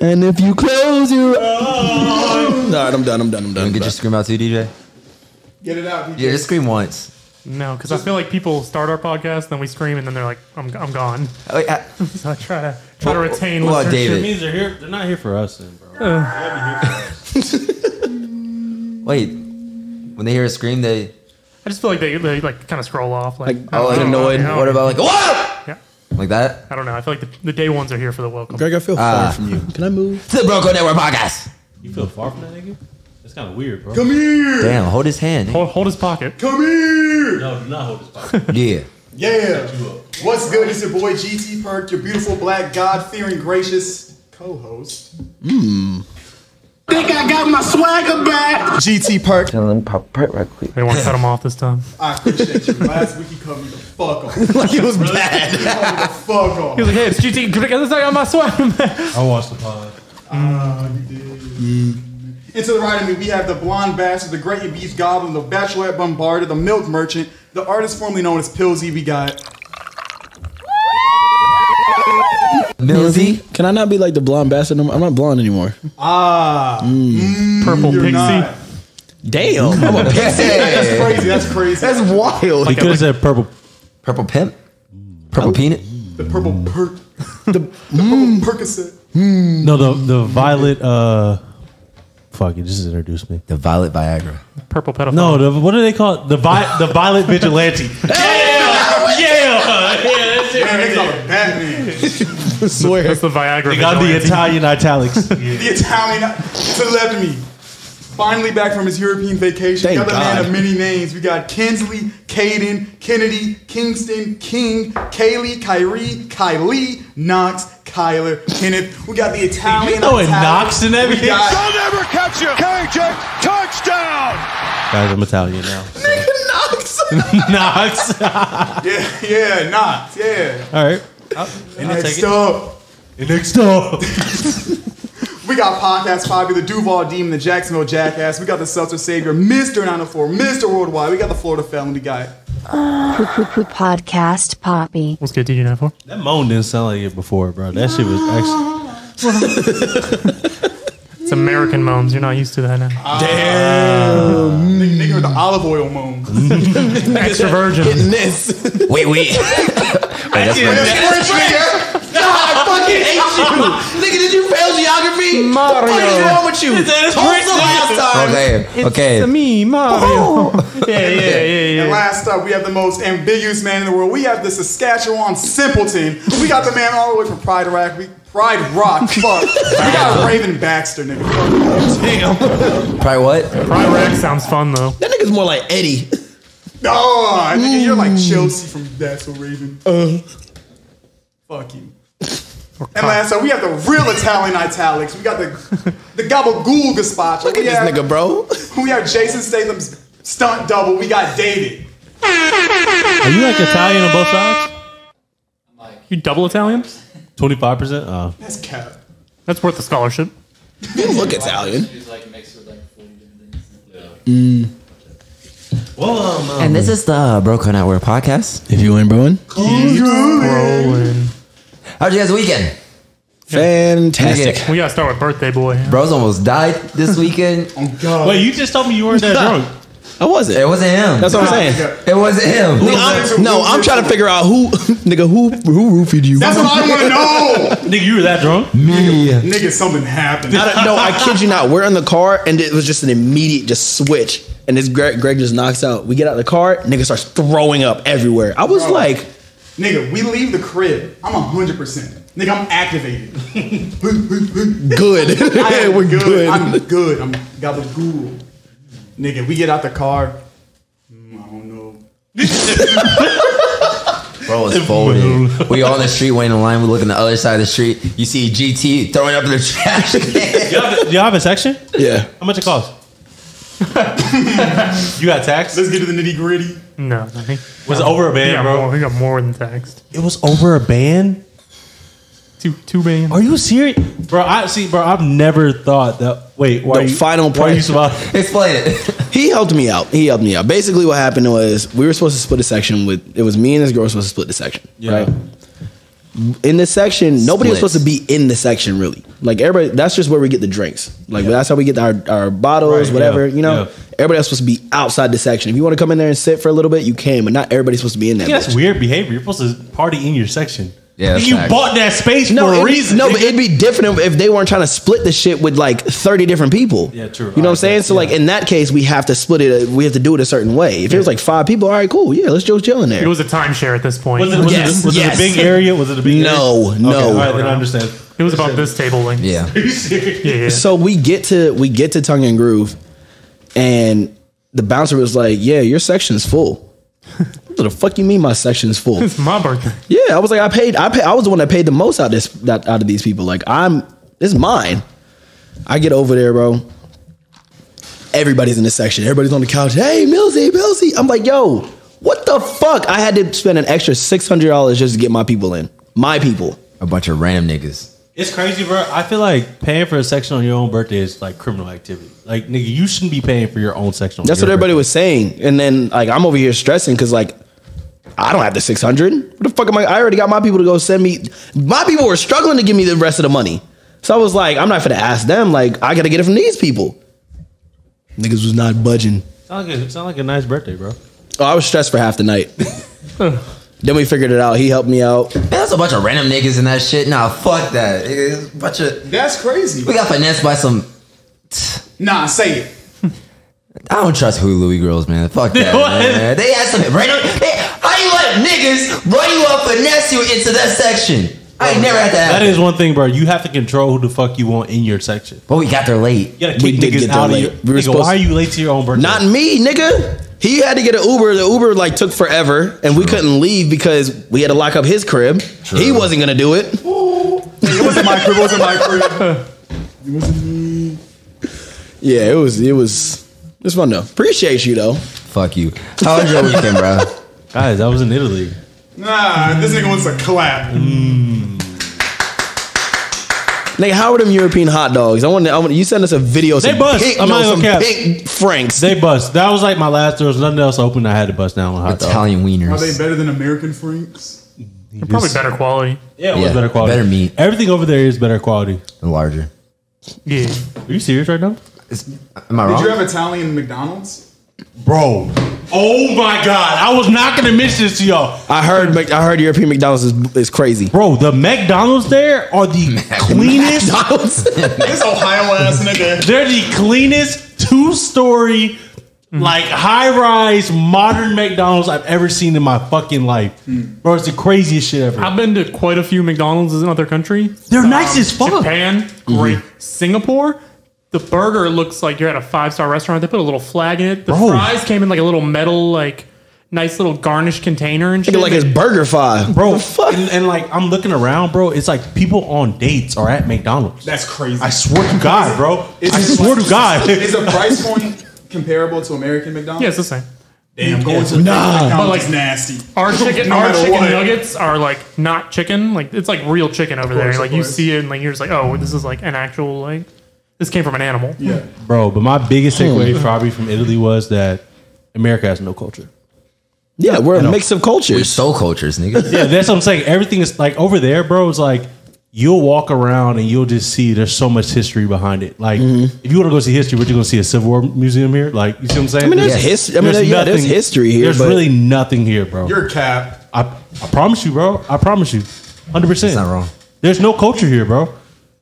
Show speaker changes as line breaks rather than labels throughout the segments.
And if you close your eyes. All right, I'm done. I'm done. I'm done.
You could
I'm
just scream out too, DJ.
Get it out.
Yeah, just scream once.
No, because I feel like people start our podcast, then we scream, and then they're like, "I'm, I'm gone."
Oh, wait, I-
So I try to try to retain.
well,
listenership.
David.
It means they're here. They're not here for us, then, bro.
wait, when they hear a scream, they
I just feel like they, they like kind of scroll off. Like,
Like,
oh, like
don't know,
annoyed.
you know?
What about like what?
Yeah.
Like that?
I don't know. I feel like the, the day ones are here for the welcome.
Greg, I feel far from you. Can I move?
To the Bronco Network podcast.
You feel far from that nigga? That's kind of weird, bro.
Come here.
Damn, hold his hand.
Hold, hold his pocket.
Come here.
No, do not hold this podcast.
Yeah.
Yeah. What's good? It's your boy GT Perk, your beautiful black God fearing gracious co-host. Mmm. Think I got my swagger back. GT Perk.
They won't cut him off this time.
I appreciate you. Last week you cut me the fuck off. You
Like it was bad.
cut me the fuck off.
He was like, "Hey, it's GT. Greg, This is not my swag."
I watched the pod.
And to the right of me, we have the blonde bastard, the great and beast goblin, the bachelorette bombarder, the milk merchant, the artist formerly known as Pillsy. We got
Millsy.
Can I not be like the blonde bastard? no more? I'm not blonde anymore.
ah,
Purple
you're
pixie.
not.
Damn. I'm a
That's
Hey.
crazy. That's crazy.
That's wild.
He could have said purple.
Purple pimp. Purple peanut.
the purple perk. The, mm. purple Percocet.
No, the the violet. Uh, fuck it. Just introduce me.
The violet Viagra.
Purple pedophile.
No, the, what do they call it? The vi- the violet vigilante. yeah, yeah, yeah. That's it.
Man, they call it Batman.
I swear.
That's the Viagra.
They got the
vigilante.
Italian italics.
The Italian to the left of me. Finally back from his European vacation.
Thank
the other man
God.
of many names. We got Kinsley, Caden, Kennedy, Kingston, King, Kaylee, Kyrie, Kylie, Knox, Kyler, Kenneth. We got the Italian.
You throwing
Italian.
Knox and everything?
We got-
I'll never catch you. KJ, touchdown.
Guys, I'm Italian now.
Knox.
Knox. All
yeah, yeah, Knox. Yeah.
right.
And next up.
And next up,
We got Podcast Poppy, the Duval Demon, the Jacksonville Jackass. We got the Seltzer Savior, Mr. 904, Mr. Worldwide. We got the Florida Felony Guy.
Podcast Poppy.
What's good, DJ 94
that moan didn't sound like it before, bro. That shit was actually.
It's American moans. You're not used to that now.
Nigga, nigga with the olive oil moan.
Extra virgin.
This.
Wait, wait.
Nigga, did you fail geography?
Mario.
What is wrong with you? Tulsa last time.
Okay, okay.
me, Mario.
Oh.
yeah, yeah, yeah,
And
yeah.
last up, we have the most ambiguous man in the world. We have the Saskatchewan simpleton. We got the man all the way from Pride Rock. We, Pride Rock, fuck. we got Raven Baxter, nigga. Fuck.
Probably what?
Pride Rack sounds fun though.
That nigga's more like Eddie.
Oh,
Mm.
nigga, you're like Chelsea from That's a Raven. Uh. Fuck you. And last up, we have the real Italian italics. We got the the gabagool gazpacho.
Look at
we have,
this nigga, bro.
We have Jason Statham's stunt double. We got David.
Are you like Italian on both sides?
You double Italian?
Twenty five percent. Oh,
That's cap.
That's worth the scholarship.
You look Italian.
And this is the Broco Network podcast.
If you ain't Bruin.
Rolling.
How'd you guys weekend?
Fantastic.
We gotta start with birthday boy.
Bros almost died this weekend.
wait, you just told me you weren't that drunk.
I wasn't.
It wasn't him.
That's what I'm saying.
it wasn't him.
I'm- no, I'm trying to figure out who, nigga, who who roofied you.
That's what I want to know.
Nigga, you were that drunk?
Nigga, something happened.
I don't know. I kid you not. We're in the car, and it was just an immediate just switch. And this Greg, Greg just knocks out. We get out of the car, nigga starts throwing up everywhere. I was
Bro.
like,
Nigga, we leave the crib. I'm hundred percent. Nigga, I'm activated.
good.
I am
We're good.
I'm good. I'm gabagool. Nigga, we get out the car. Mm, I don't know.
Bro is folded. we all in the street waiting in line. We look on the other side of the street. You see GT throwing up in the trash can.
Y'all have, y'all have a section?
yeah.
How much it cost? you got tax?
Let's get to the nitty gritty.
No, I think
Was it over a
he
band,
got,
bro?
more, he got more than text.
It was over a band?
Two, two billion.
Are you serious? Bro, I see, bro, I've never thought that. Wait, why?
The
are you,
final
why are you
price.
surviving?
Explain it.
He helped me out. He helped me out. Basically, what happened was we were supposed to split a section with. It was me and this girl were supposed to split the section.
Yeah.
Right. in this section, nobody was
Splits.
supposed to be in the section really. Like everybody, that's just where we get the drinks. Like that's how we get our, our bottles,
Right,
whatever.
yeah,
You know,
yeah.
everybody else supposed to be outside the section. If you want to come in there and sit for a little bit, you can, but not everybody's supposed to be in that.
Yeah, that's
bitch.
weird behavior. You're supposed to party in your section.
Yeah, that's
you
facts.
bought that space
No,
for
it'd
a
be-
reason.
no,
nigga.
but it'd be different if if they weren't trying to split the shit with like thirty different people.
Yeah, true.
You know what I'm
Alright,
saying? So like
yeah.
in that case, we have to split it. uh, We have to do it a certain way. If it was like five people, all right, cool. Yeah, let's just chill in there.
It was a timeshare at this point.
was it, was,
Yes,
it, was
yes.
it a big area? Was it a big
No,
area?
no.
Okay, all right, then I understand.
It was about this table length.
Yeah.
Are you serious?
Yeah, yeah.
so we get to we get to tongue and groove and the bouncer was like yeah your section's full what the fuck you mean my section's full
It's my birthday.
yeah i was like i paid i pay, i was the one that paid the most out of this that, out of these people like i'm this is mine i get over there bro everybody's in this section everybody's on the couch hey millsy millsy i'm like yo what the fuck i had to spend an extra $600 just to get my people in my people
A bunch of random niggas.
It's crazy, bro. I feel like paying for a section on your own birthday is like criminal activity. Like, nigga, you shouldn't be paying for your own section. On
That's
your
what everybody
birthday.
was saying. And then like I'm over here stressing because like I don't have the 600. What the fuck am I? I already got my people to go send me. My people were struggling to give me the rest of the money. So I was like, I'm not gonna ask them. Like I gotta get it from these people. Niggas was not budging.
Sound like, a, sound like a nice birthday, bro.
Oh, I was stressed for half the night. then we figured it out. He helped me out.
Man, that's a bunch of random niggas and that shit. Nah, fuck that. It's a bunch of.
That's crazy.
We got finessed by some.
Nah, say it.
I don't trust Hulu girls, man. Fuck that.
What?
man. They had some random. They, how you let niggas run you up, finesse you into that section? I ain't never had that.
That
happen.
is one thing, bro. You have to control who the fuck you want in your section.
But we got there late.
You gotta
We
kick
did
niggas
get there
out of
late.
your.
We were
nigga,
supposed
why are you late to your own birthday?
Not me, nigga. He had to get an Uber. The Uber like took forever, and we couldn't leave because we had to lock up his crib. He wasn't gonna do it.
It wasn't my crib. It wasn't my crib.
Yeah, it was it was it was fun though. Appreciate you though.
Fuck you. How was your weekend, bro?
guys. I was in Italy.
Nah, this nigga wants a clap.
Nigga, how are them European hot dogs? I want to. I want you sent us a video. They
bust.
Pink,
I'm
no,
not gonna
some
cap.
pink Franks.
They bust. That was like my last. There was nothing else open. I had to bust down on hot dog.
Italian
Are they
wieners.
better than American Franks?
Probably better quality.
Yeah, it was
Yeah,
better quality.
better meat.
Everything over there is better quality.
Larger.
Yeah.
Are you serious right now?
Is- am I
Did
wrong?
you have Italian McDonald's?
Bro. Oh my God. I was not going to mention this to y'all.
I heard. Mc- I heard European McDonald's is, is crazy.
Bro, the McDonald's there are the cleanest.
This Ohio ass nigga.
They're the cleanest two story,
Mm.
like high rise modern McDonald's I've ever seen in my fucking life.
Mm.
Bro, it's the craziest shit ever.
I've been to quite a few McDonald's in other countries.
They're nice as fuck. Mhm.
Japan, great. Singapore, the burger looks like you're at a five star restaurant. They put a little flag in it. The
Bro.
fries came in like a little metal, like nice little garnish container and shit.
Nigga, like it's Burger Five,
Bro,
What the fuck?
And, and like I'm looking around, bro. It's like people on dates are at McDonald's.
That's crazy.
I swear to God, bro. I
just
swear
like-
to God.
Is the price point comparable to American McDonald's?
yeah, it's the same.
Damn, going to nah,
But, like-
McDonald's is nasty.
Our chicken,
No
our
matter
chicken
what.
nuggets are like not chicken. Like it's like real chicken over
course,
there.
of
Like you
course.
see it and like you're just like, oh, this is like an actual like this came from an animal.
Yeah.
Bro, but my
Hmm.
biggest takeaway probably from Italy was that America has no culture.
yeah, we're a mix of cultures.
Soul cultures, nigga.
Yeah, that's what I'm saying. Everything is like over there, bro. It's like you'll walk around and you'll just see there's so much history behind it. Like
Mm-hmm.
if you want to go see history, but you're gonna see a Civil War museum here. Like you see what I'm saying?
I mean, there's
Yes.
history. I mean, there- yeah, there's history here.
There's
but
really nothing here, bro.
You're a cap.
I, I promise you, bro. I promise you, hundred percent.
not wrong.
There's no culture here, bro.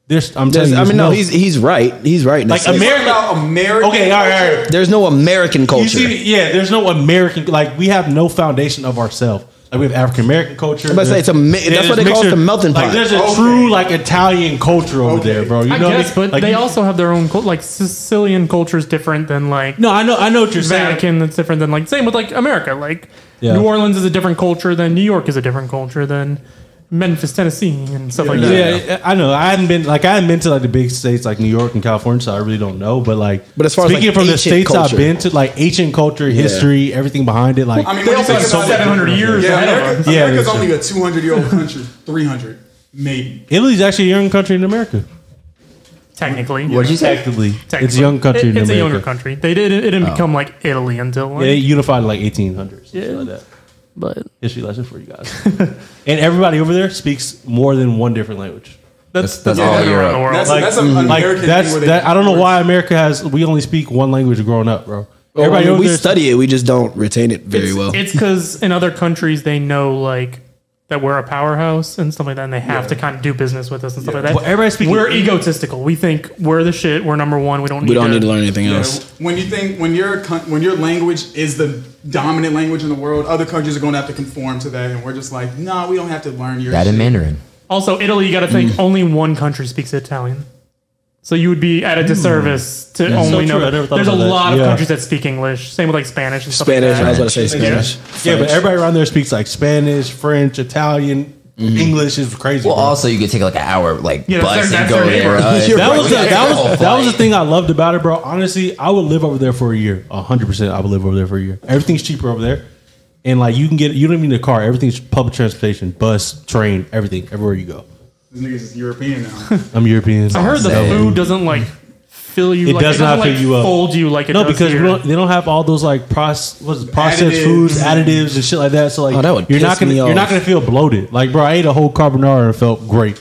There's I'm
there's-
telling you.
I mean, no,
there's
he's he's right. He's right.
Like,
There's-
Ameri-
What about American?
okay. All right, all right.
there's no American
You
culture.
see, yeah. There's no American. Like we have no foundation of ourselves. Like we have African American culture. I'm
about to say, it's a mi- that's what they call it, the melting
Like
pot.
there's a
Okay.
true like Italian culture over
Okay.
there, bro. You
I
know, what
guess,
mean?
but
Like,
they
you-
also have their own cult. Like Sicilian culture is different than like
No, I know. I know what you're saying.
Vatican that's different than like same with like America. Like
Yeah.
New Orleans is a different culture than New York is a different culture than Memphis, Tennessee, and stuff like
Yeah,
that.
I know. I haven't been like I haven't been to like the big states like New York and California, so I really don't know. But like,
But as far as,
speaking
like,
from the
ancient
states
culture.
I've been to, like ancient culture, history, everything behind it, like
I mean,
They
when you
also
think
have
about it-
700 years
Yeah,
ahead of us.
America,
Yeah,
America's
that's
only a 200 year old country, 300 maybe.
Italy's actually a young country in America.
Technically,
What'd you say?
Technically, it's a
Technically.
young
It-
country in
it's
America. Oh.
a younger country. They did. It didn't become like Italy until like,
They unified in like 1800s. Yeah. Like that.
But
history lesson for you guys. and everybody over there speaks more than one different language.
that's
That's- that's
that's,
all
all
Europe.
around the world.
That's,
Like-
that's an American
Like
thing
that's
where they
that.
do
I don't know
words.
why America has. We only speak one language growing up, bro.
Everybody
over
we
there-
study it, we just don't retain it very
it's,
well.
because in other countries they know like that we're a powerhouse and stuff like that, and they have to kind of do business with us and stuff like that.
Well, everybody's speaking-
we're egotistical. We think we're the shit. We're number one. We don't. Need
we don't need to learn anything else.
When you think when your con- when your language is the dominant language in the world, other countries are going to have to conform to that, and we're just like, no, we don't have to learn your.
That
shit.
in Mandarin.
Also, Italy, you got to
Mm.
think only one country speaks Italian. So you would be
Mm.
at a disservice to
so
only
true. I
know.
never
That.
thought
There's a
about that.
lot of
Yeah.
countries that speak English. Same with like Spanish and stuff
Spanish.
like
I was
that.
about to say Spanish.
Yeah, but
French.
everybody around there speaks like Spanish, French, Italian, English is crazy.
Well,
bro.
also you could take like an hour like
Yeah, that's
bus
their-
and
that's
go
their
there.
neighborhood.
Uh, it's
that
right
was the,
there.
that was
Whole
that was the
flight.
thing I loved about it, bro. Honestly, I would live over there for a year. hundred percent, I would live over there for a year. Everything's cheaper over there, and like you can get you don't even need a car. Everything's public transportation, bus, train, everything, everywhere you go.
This nigga's is European now.
I'm European.
I heard the
Damn.
food doesn't like fill you.
It
like,
does
doesn't,
not fill
like,
you up.
Fold you like it
No,
does
because we
here.
don't, they don't have all those like process what's it, processed
Additives.
foods,
Mm-hmm.
additives, and shit like that. So like,
Oh, that would
you're not
piss
gonna
me
you're not
off.
gonna feel bloated. Like, bro, I ate a whole carbonara and felt great.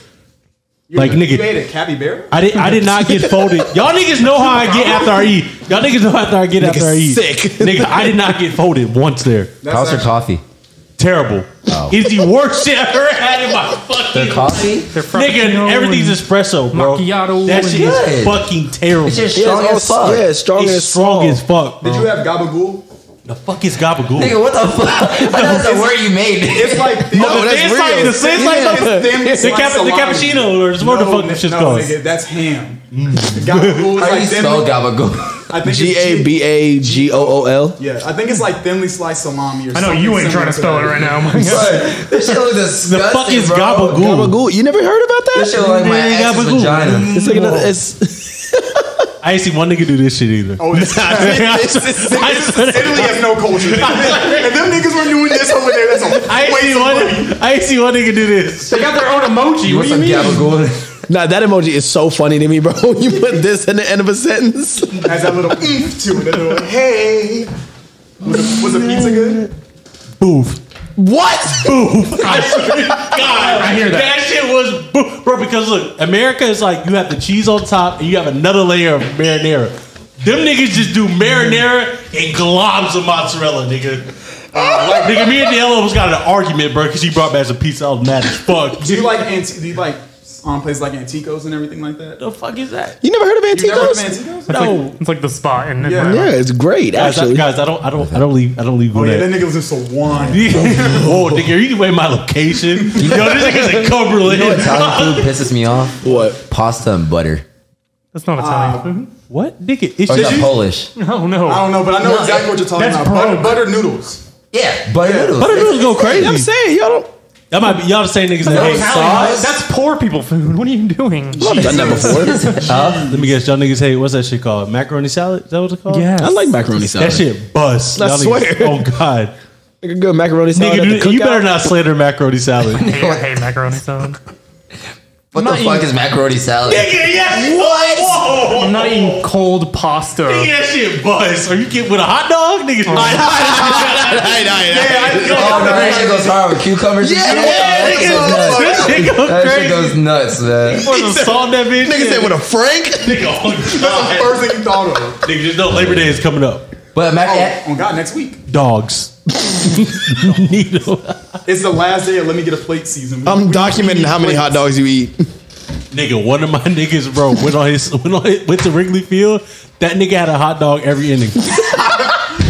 You-
Like,
you
nigga.
ate a capybara.
I did I did not get folded. Y'all niggas know how I get after I eat. Y'all niggas know how after I get after I eat.
sick.
nigga. I did not get folded once there.
How's her
actually-
coffee?
Terrible.
Oh.
It's the worst shit I've ever had in my fucking
Her coffee?
They're
nigga.
frappuccino
Everything's
and-
espresso, bro.
macchiato
that shit is
and-
fucking terrible.
It's just
Yeah,
strong as
it's all-
fuck.
Yeah, it's strong
It's
as
strong as fuck.
Did
bro.
you have gabagool?
the fuck is gabagool?
Nigga, what the fuck? I thought That's the word you made.
It's like thin,
No, that's
it's
real.
like-
The thin slice
it's
of-
thin
the
slice
cap- the
salami.
cappuccino or what the fuck
n-
this shit's called.
nigga, that's ham.
Mm.
Gabagool is
How do
like
you
thin-
spell gabagool?
I think
G
it's-
A B A G O O L.
Yeah, I think it's like thinly sliced salami or
I
something.
know you ain't
similar
trying to spell it
that.
right now. Mike.
Bruh, this shit looks
The
disgusting.
fuck is
bro.
gabagool?
Gabagool. You never heard about
This shit
that?
look like my
Yeah,
ex's
gabagool.
vagina.
It's like another, it's
I ain't seen one nigga do this shit either.
Oh, it's-
I swear- I swear-
Italy has no culture. nigga. if them niggas were doing this over there, that's a
I ain't
waste
seen
of money.
one. I ain't seen one nigga do this.
They got their own emoji.
You
What
want
do you
some
mean?
gabagool?
nah. That emoji is so funny to me, bro. You put this in the end of a sentence.
Has that little oomph to it. That little hey. Was the, was the pizza good?
Boof.
What?
God,
I hear that.
That shit was boo- bro. Because look, America is like you have the cheese on top and you have another layer of marinara. Them niggas just do marinara and globs of mozzarella, nigga. nigga, me and D'Elo was got in an argument, bro, because he brought back some pizza. I was mad as fuck.
Do you like anti- do you like um, places like Anticos and everything like that?
the fuck is that?
You never heard of
You never been to
Antigos?
Anticos?
No,
It's like the spot in
Yeah.
Yeah, it's great
guys, I,
actually.
guys, I don't, I don't, I don't leave, I don't leave.
Oh yeah, that
Gwinnett.
nigga was just a wine.
Whoa, nigga, you can weigh my location. Yo, this nigga's in Cumberland.
Italian food pisses me off.
What?
Pasta and butter.
That's not
Um,
Italian food.
what, nigga? It's
Oh,
Or is
just
that Polish?
No, no.
I don't know, but I know exactly what you're talking
that's broke.
about. Butter, butter noodles.
Yeah, butter noodles.
butter noodles go
I'm
crazy.
saying y'all don't.
That might be y'all the same niggas that hate
Italian- That's poor people food. What are you doing?
I've done that before.
Huh?
Let me guess, y'all niggas hate what's that shit called? Macaroni salad? Is that what it's called?
Yes.
I like macaroni salad.
That shit bust.
I
Y'all
swear.
niggas- oh god.
Like a good macaroni salad.
Nigga,
at the
dude, you
cookout.
better not slander macaroni salad.
I hate, I hate macaroni salad.
What the
Not
fuck
even-
is macaroni salad?
yes.
What?
I'm not eating cold pasta.
That shit bust. Are you getting with a hot dog? Niggas
Oh, no, that shit goes hard with cucumbers and shit. That shit goes nuts.
This shit go
That shit
crazy.
goes nuts, man.
Niggas salt that bitch.
Nigga said with a Frank.
nigga, oh,
That's the
God.
first thing you thought of.
nigga, just know Labor Day is coming up.
But mac-
Oh, on God, next week.
Dogs. Nigga,
It's the last day of let me get a plate season. We-
I'm
we-
documenting how many hot dogs you eat.
one of my niggas, bro, went on his went on his, went to Wrigley Field. That nigga had a hot dog every inning.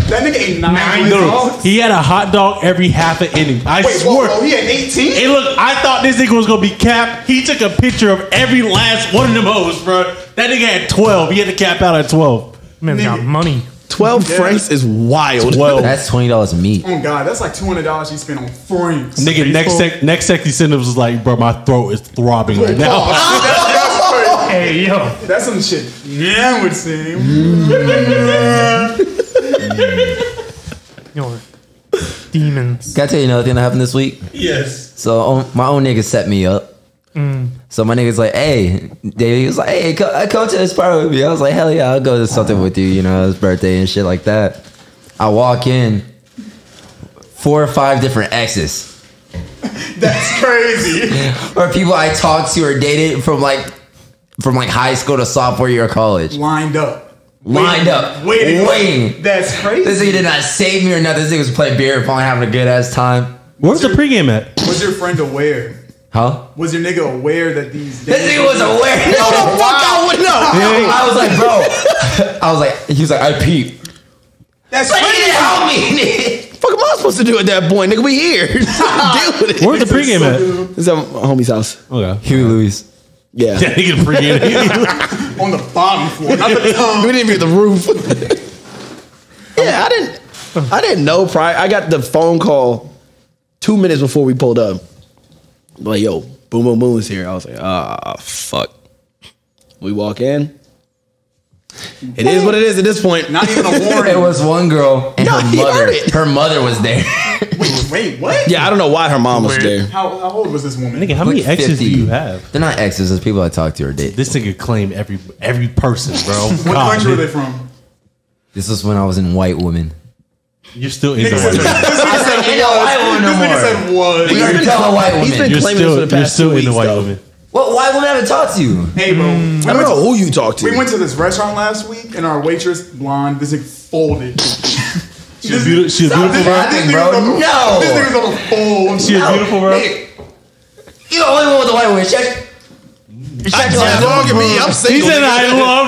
That nigga ate nine,
I know.
dogs.
He had a hot dog every half an inning. I
Wait,
swear.
whoa, whoa, he had 18?
Hey, look, I thought this nigga was gonna be capped. He took a picture of every last one of them hoes, bro. That nigga had 12. He had to cap out at 12.
Man's got money.
Twelve Franks is wild.
12.
that's twenty dollars meat.
Oh God, that's like two hundred dollars she spent on frames.
nigga, next sec, next sec, he sent us was like, bro, my throat is throbbing right now.
that's,
Hey, yo.
that's some shit. Yeah, would seem.
You're demons.
Can I tell you another thing that happened this week?
yes.
So um, my own nigga set me up.
Mm.
So my nigga's like, hey, Dave, he was like, hey, co- uh, come to this party with me. I was like, hell yeah, I'll go to something with you, you know, his birthday and shit like that. I walk in. four or five different exes.
That's crazy.
Or people I talked to or dated from like from like high school to sophomore year of college.
Lined up.
Lined
Waiting-
up.
Waiting.
Waiting.
That's
This
crazy.
nigga did not save me or nothing. This nigga was playing beer and finally having a good ass time.
Where was the pregame at?
Was your friend aware?
Huh?
Was your nigga aware that these?
This nigga was aware.
Fuck, I would know.
I was like, bro. I was like, he was like, I peep.
That's
But he
crazy.
didn't help me.
Fuck am I supposed to do at that point, nigga? We here. Deal with it.
Where was the pregame at?
This is at my homie's house.
Okay.
Huey Lewis.
Yeah.
Yeah, he can pregame.
on the bottom floor, not the top.
We didn't even get the roof. yeah, I didn't. I didn't know prior. I got the phone call two minutes before we pulled up. Like, yo, boom, boom, boom is here. I was like, ah, fuck. We walk in. It is what it is at this point.
Not even a warning.
It was one girl and
No,
her
he heard
mother.
it.
Her mother was there.
Wait, wait, what?
Yeah, I don't know why her mom was there.
How, how old was this woman?
nigga, how
Like
many exes
50.
do you have?
They're not exes. It's people I talked to or date.
This nigga claim every every person, bro.
what
God,
country were they
nigga.
from?
This was when I was in White Woman.
You're still in
Nigga said- this
the white.
nigga said
ain't no
was.
white woman no
This nigga
more.
said was.
You're
been
still a
cla-
white
he's
woman.
been
You're
claiming this for the
still, you're
past
still
two
in the
weeks,
white
though.
woman.
What white woman haven't talked to you?
Hey, bro.
I don't know who you talked to.
We went to this restaurant last week, and our waitress, blonde, this nigga folded.
She's a beautiful. She's a beautiful, bro.
Nothing,
nigga's
bro.
on the-
No.
This nigga's on the fold.
She's a beautiful, bro.
Nigga, you the only one with the white woman. Check. Check your ass out.
Look at me, I'm
He
single.
said, "I love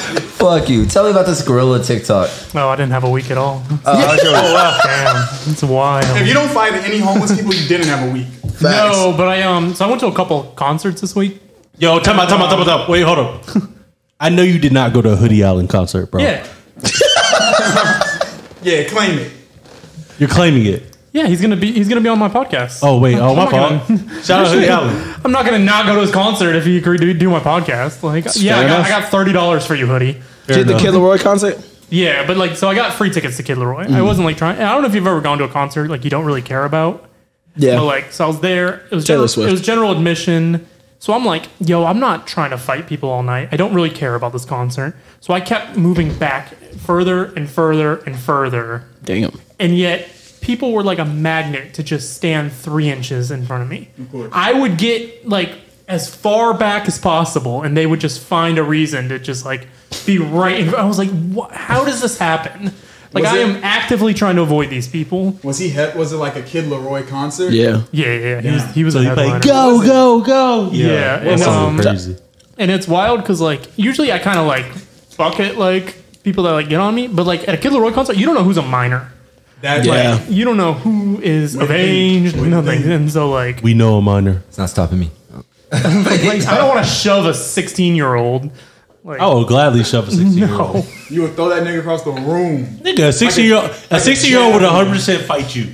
her."
Fuck you. Tell me about this gorilla TikTok.
Oh, I didn't have a week at all.
Uh,
wow.
Damn, it's wild.
If you don't find any homeless people, you didn't have a week.
Facts.
No, but I um, so I went to a couple concerts this week.
Yo, time out, time out, time out, time out. Wait, hold on. I know you did not go to a Hoodie Island concert,
Oh.
bro.
Yeah,
Yeah, claim it.
You're claiming it.
yeah, he's gonna be he's gonna be on my podcast.
Oh, wait. Oh, my
I'm not
fault. Shout out Hoodie Island.
I'm not gonna not go to his concert if he agreed to do my podcast. Like, yeah, I got,
enough.
I got thirty dollars for you, hoodie.
Did the
enough.
Kid Leroy concert?
Yeah, but like, so I got free tickets to Kid Leroy.
Mm.
I wasn't like trying. I don't know if you've ever gone to a concert like you don't really care about.
Yeah.
But like, so I was there. It was
Taylor
general,
Swift.
It was general admission. So I'm like, yo, I'm not trying to fight people all night. I don't really care about this concert. So I kept moving back further and further and further,
Damn.
and yet people were like a magnet to just stand three inches in front of me. I would get like as far back as possible, and they would just find a reason to just like be right. In, I was like, what? How does this happen? Like
Was
I
it-
am actively trying to avoid these people.
Was he? He- was it like a Kid Leroy concert?
Yeah.
Yeah, yeah, yeah. He was he was
So
a
you play
headliner.
go, go, go.
Yeah, and,
That's
um,
crazy.
and it's wild because like usually I kind of like bucket like people that like get on me, but like at a Kid Leroy concert, you don't know who's a minor.
That
Yeah.
like,
You don't know who is of
Wait,
age,
wait,
nothing.
wait.
And so like
We know a minor.
It's not stopping me.
Like, I don't want to shove a 16 year old. Like,
I will Oh, gladly shove a 16 year old.
no.
you would throw that nigga across the room.
Nigga, a 16 year old, a
like a
16 year old would
jab.
100 percent fight you.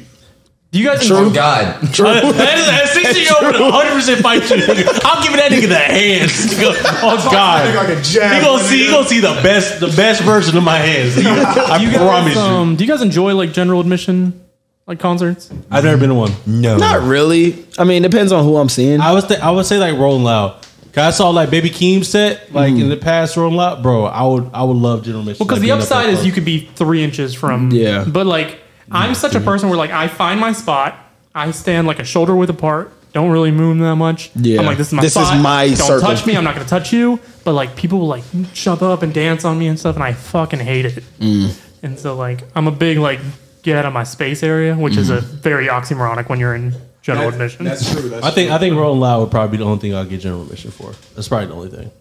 Do you guys
Oh
enjoy,
God.
Uh, that is a 16 year old would 100 percent fight you. nigga. I'm giving that nigga the hands. nigga. Oh
Nigga
God.
like a jab.
He gonna see. He gonna see the best. The best version of my hands. nigga. I
do you
promise
guys,
you.
um, do you guys enjoy like general admission like concerts?
I've never been to one.
No.
Not really. I mean, depends on who I'm seeing.
I was th- I would say like Rolling Loud. Cause I saw like Baby Keem set like in the past Rolling Loud, bro. I would I would love General Mission.
Because
like,
Mm. the
being up
upside
there
is
for-
you could be three inches from.
Yeah. Mm-hmm.
But like, I'm such a person where like I find my spot, I stand like a shoulder width apart, don't really move that much.
Yeah.
I'm like, this is my
This is
spot.
my
Don't
circle.
touch me. I'm not gonna touch you. But like, people will like jump up and dance on me and stuff, and I fucking hate it.
Mm.
And so like, I'm a big like get out of my space area, which
Mm-hmm.
is a very oxymoronic when you're in general
That-
admission.
That's true. That's
I think I think Rolling Loud would probably be the only thing I'll get General Mission for. That's probably the only thing.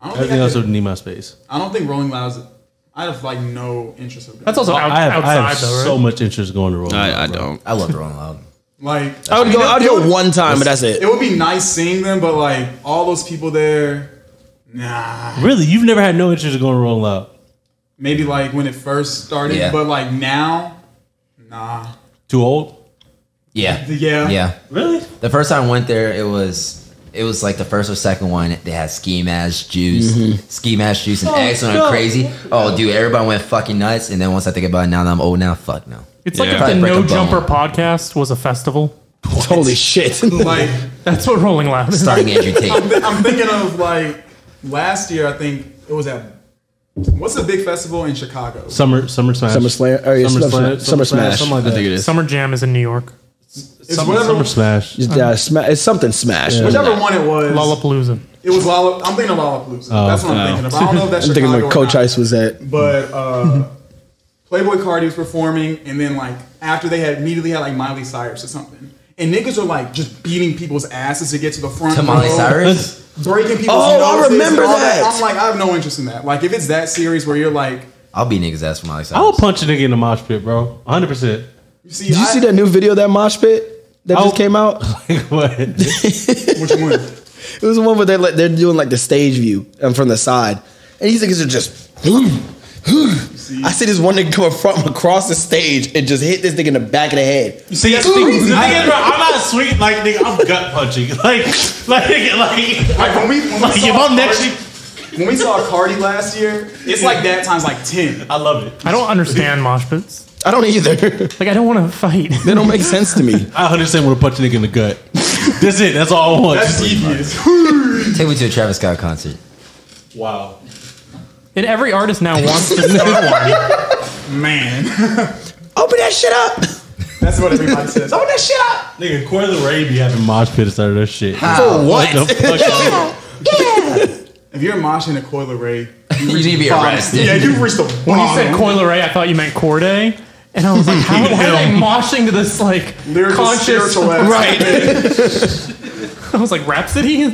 I don't think
Everything
I,
else
could-
would need my space.
I don't think Rolling Loud's. I have like no interest of
That's also out,
I have,
outside
I have
though, right?
so much interest going to Rolling Loud. bro.
I love Rolling Loud.
like.
I would
mean,
go.
it-
I'd
it
go
would-
one time, but that's it.
It would be nice seeing them, but like all those people there, nah.
Really, you've never had no interest in going to Rolling Loud.
Maybe like when it first started,
Yeah.
but like now, nah.
Too old?
Yeah.
Yeah.
Yeah.
Really?
The first time I went there, it was it was like the first or second one. They had ski mask juice, ski mask juice, and eggs when I'm crazy. Oh, dude, everybody went fucking nuts. And then once I think about it, now that I'm old, now fuck no.
It's
Yeah.
like if
Probably
the
break a
No
bone.
Jumper podcast was a festival.
Holy shit!
Like
That's what Rolling Loud is.
Starting Andrew Tate.
I'm thinking of like last year. I think it was at What's the big festival in Chicago?
Summer Summer Smash.
Summer Slam- or yeah, Summer Slam- Summer Smash,
Something like
I
that.
think it is.
Summer Jam is in New York.
It's
Summer,
whatever,
Summer Smash.
It's, uh, sma- it's something smash.
whichever one it was.
Lollapalooza.
It was Lollap- I'm thinking of Lollapalooza. that's what I'm thinking of. I don't know if that's
I'm thinking
Chicago
when
or
Coach
not.
Ice was at.
But uh, Playboy Cardi was performing, and then like after they had immediately had like Miley Cyrus or something, and niggas were like just beating people's asses to get to the front.
To Miley
row,
Cyrus?
breaking people's.
Oh, I
noses and
remember
all
that.
I'm like, I have no interest in that. Like, if it's that serious where you're like,
I'll be niggas ass for Miley Cyrus.
I would punch a nigga in the mosh pit, bro. 100. percent
you see,
Did you
I-
see that new video of that mosh pit that
Oh.
just came out?
What?
Which one?
It was the one where they're like, they're doing like the stage view and from the side, and these niggas are just. I see this one nigga come from across the stage and just hit this nigga in the back of the head.
You see, that's the thing. The thing is, bro, I'm not sweet. Like, nigga, I'm gut punching. Like, like, nigga, like,
Like when we, when we
like if
saw
I'm next,
Cardi-
to-
when we saw Cardi last year, it's like that times like ten.
I love it.
I don't understand mosh pits.
I don't either. they
Like I don't want to fight.
don't make sense to me.
I understand when to punch a nigga in the gut. That's it. That's all I want.
That's
Just-
devious.
Take me to a Travis Scott concert.
wow.
And every artist now wants to start one.
Man,
Open that shit up.
that's what everybody says.
Open that shit up.
Nigga, Corey the Ray be having mosh pit instead of that shit.
For what?
The fuck?
If you're moshing a coil array,
You need to be arrested.
yeah, you've reached the
When you
bottom.
said Coil Ray, I thought you meant Corday. And I was like, how, why are they moshing to this like
lyrical
conscious?
spiritual ass.
Right. I was like, Rhapsody?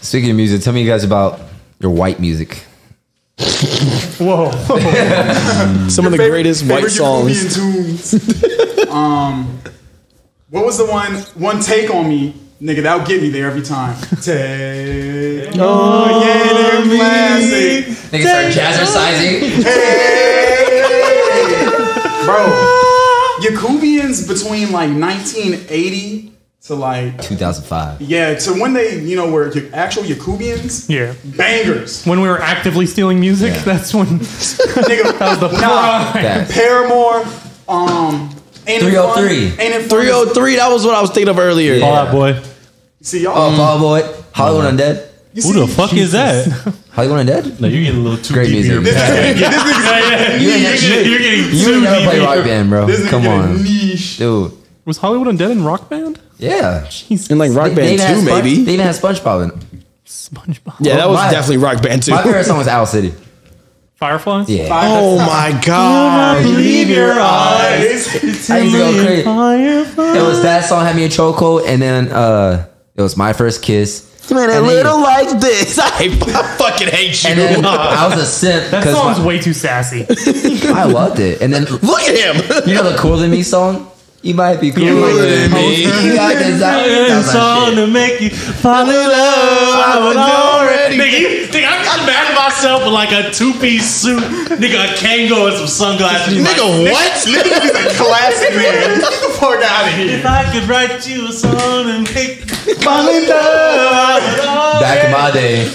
Speaking of music, tell me you guys about your white music.
Whoa.
Some of the greatest white
Favorite
songs.
European tunes. um, what was the one? One take on me, nigga. That'll get me there every time. Take on yeah, me. classic,
Niggas start jazzercising.
bro. Yakubians between like 1980 to like
2005.
yeah to when they you know were Ya- actual Yakubians.
Yeah.
Bangers,
When we were actively stealing music,
Yeah.
that's when
nigga.
the
nah,
Facts.
Paramore, um, ain't it fun?
303.
ain't it fun?
303. That was what I was thinking of earlier.
Fall Out Boy.
See y'all.
Oh, Fall Boy, Hollywood Undead.
you
Who
see-
the fuck is that?
Hollywood Undead?
No, you're getting a little too
Great
deep.
music.
in your-
You ain't
You're getting,
never-
you're getting
you
too
ain't never
deep.
play
in
rock
your-
band, bro.
This nigga
Come
get a
on.
Niche.
Dude.
was Hollywood Undead in Rock Band?
Yeah.
And like Rock
They
Band
even had
2,
Sponge- They
maybe.
even had SpongeBob in it.
SpongeBob.
Yeah, that was
My-
definitely Rock Band 2.
My favorite song was Owl City.
Fireflies?
Yeah.
Five,
Oh my God.
Believe your eyes.
eyes.
I used to go crazy. It was that song had me in chokehold, and then uh, it was my first kiss.
Man, a
And then-
little like this. I, I fucking hate you.
And then I was a simp
That
because
song's way too sassy.
I loved it. And then
Look at him.
you know the cooler than me song. You might be cooler
Cooler Than
than
Me.
me. You got this out. That was my
song
shit.
to make you fall in love.
was already-
Nigga, you think I'm just mad at myself with like a two piece suit, nigga, a Kango and some sunglasses. Like,
Nigga, what?
Nigga is a classic man. Get the fuck out of here.
If I could write you a song and make you fall in love.
Back in my day,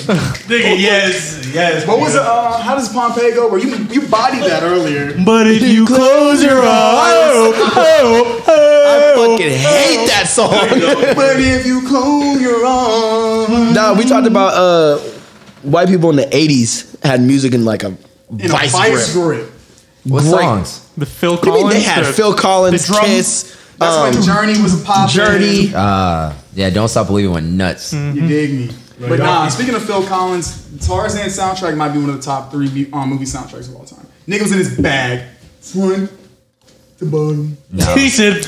Nigga, yes, yes.
What was the, uh, how does Pompeii go? Where you you bodied that earlier?
But if you close your eyes, oh,
I
oh.
fucking hate that song.
But if you close your arms,
nah, we talked about uh, white people in the 80s had music in like a
in
vice,
a vice
grip.
grip.
what
Great.
songs?
The Phil
What do
Collins.
you mean they had
the-
Phil Collins,
the drum-
Kiss, um,
That's when Journey was a pop.
Journey. Uh-huh.
Uh, yeah, don't stop believing went nuts.
You dig me? But nah, speaking of Phil Collins, Tarzan soundtrack might be one of the top three mu- um, movie soundtracks of all time. Nigga was in his bag. One, the bottom.
He said,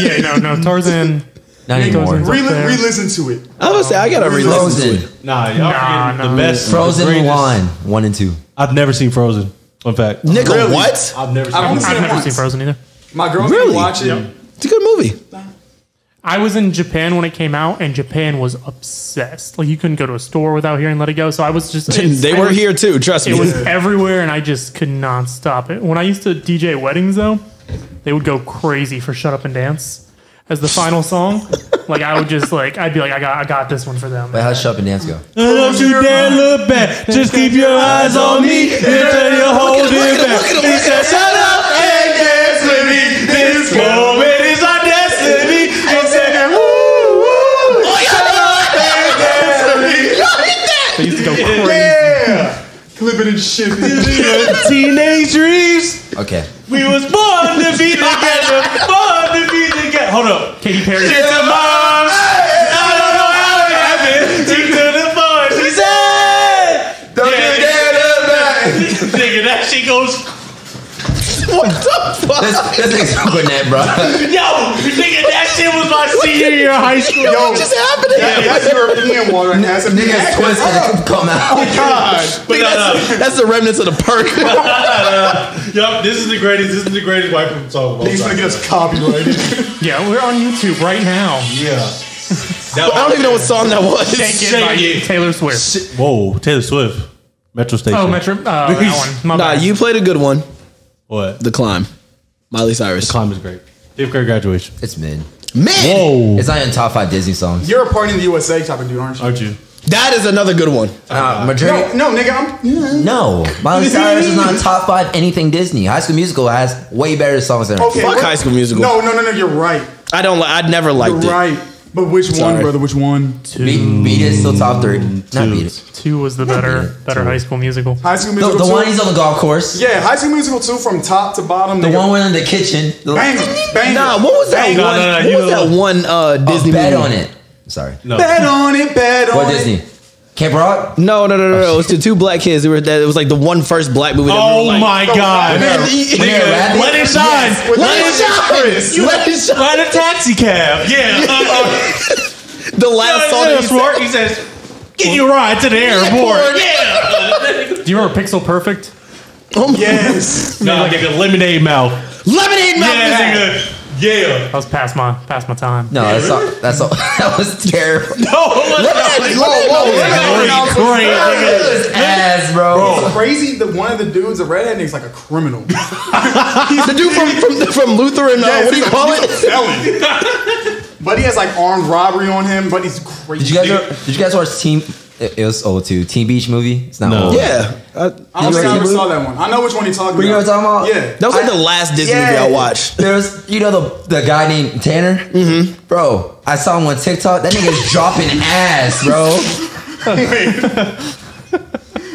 Yeah, no, no. Tarzan.
Not anymore.
Tarzan.
Re-
there.
re-listen to it.
I was gonna say I gotta re-listen to it.
Frozen,
Nah, y'all
Nah,
forgetting
nah.
the best.
Frozen
the greatest-
Mulan, one and two.
I've never seen Frozen. In fact,
Nigga,
Really?
what?
I've never
I
seen
don't-
it.
I've never
once.
seen Frozen either.
My girl
Really?
can watch it.
It's a good movie.
I was in Japan when it came out, and Japan was obsessed. Like you couldn't go to a store without hearing "Let It Go." So I was just
they
I
were
was-
here too. Trust me.
It was everywhere, and I just could not stop it. When I used to DJ weddings, though, they would go crazy for "Shut Up and Dance" as the final song. like I would just like I'd be like, I got I got this one for them.
But how'd Shut Up and Dance go?
Don't you dare look back. Just keep your eyes on me until you're holding back. He said, shut up and dance with me. This moment is our destiny. I said, woo, woo. Shut up and dance with me.
They used to go crazy.
Yeah. Clip it and shit.
Teenage dreams.
Okay.
We was born to be together. Born to be together. Hold up.
Katy Perry.
She's a mom. I don't know how it happened. She took the phone. She said,
Don't
do
that
"Nigga, that shit goes
What the fuck?
That's that's like Gwinnett, bro.
Yo, nigga, that shit was my senior year of high school.
Yo,
What just happened?
that, that's European water. and That's a
Niggas twist
Oh
and come out.
God.
But uh,
That's, that's the remnants of the perk.
yup, this is the greatest. This is the greatest white people talk about.
He's gonna get us copyrighted.
Yeah, we're on YouTube right now.
Yeah,
I don't even know what song that was.
Shake,
Shake
it by
It.
Taylor Swift.
Whoa, Taylor Swift, Metro Station.
Oh, Metro. Uh, that one. My
Nah,
bad.
you played a good one.
What?
The climb. Miley Cyrus.
Climb is great. Fifth grade graduation.
It's mid.
Man,
Whoa,
It's not in top five Disney songs.
You're a party in the USA type of dude, aren't you?
aren't you?
that is another good one.
Uh, Madrid.
No, no, nigga, I'm.
No, Miley Cyrus is not top five anything Disney. High School Musical has way better songs than her.
Okay,
Fuck
what-
High School Musical.
No, no, no, no. You're right.
I don't. Li- I'd never liked
You're
it.
right. But which
Sorry.
one, brother? Which one?
Beat, beat it still top three. Not beat it.
Two was the better, better High School Musical.
High School
The,
Musical.
the
2?
one he's on the golf course.
Yeah, High School Musical two from top to bottom.
The
nigga.
one we're in the kitchen. The
Bang, bang.
Nah, what was that
Bang.
No,
one?
no, no, you
what was
know-
that one uh, Disney
Disney bet
movie?
on it. Sorry.
No.
Bet on it, bet on
What
it.
Disney? Camp Rock?
No, no, no, no, no. It was the two black kids. They were, that, it was like the one first black movie. That we
Oh
were like,
my
the
god.
rabbit.
When
Nigga,
they're rapping?
Let it shine.
With
Let
the-
it shine. You let it shine.
Ride a taxi cab. Yeah. Uh,
The last song that
uh,
Oh, he
Swart,
said.
he says, "Get you a ride to the airport." Yeah.
Do you remember Pixel Perfect?
Oh my-
Yes.
No, like a lemonade mouth.
Lemonade Mouth is
Yeah,
good.
nigga. Yeah.
That was past my past my time.
No, that's all. That's all. That was terrible.
Lemonade- Lemonade Mouth is good.
Great, great, nigga.
Ass, bro.
Crazy that one of the dudes, the redhead nigga's like a criminal.
The dude from from, from Lutheran. Uh,
Yes,
what do you
he's a-
call
he's
it?
a felon. but he has like armed robbery on him, but he's crazy.
Did you guys? Did you guys watch Team? It, it was old too. Team Beach movie. It's not
No.
old.
Yeah. Uh,
I
You
don't think I
guys-
ever saw that one. I know which one you're talking
What you
about.
guys talking about?
Yeah.
that was like the last Disney movie I watched.
There's, you know, the the guy named Tanner. Mm-hmm. Bro, I saw him on TikTok. That nigga's dropping ass, bro.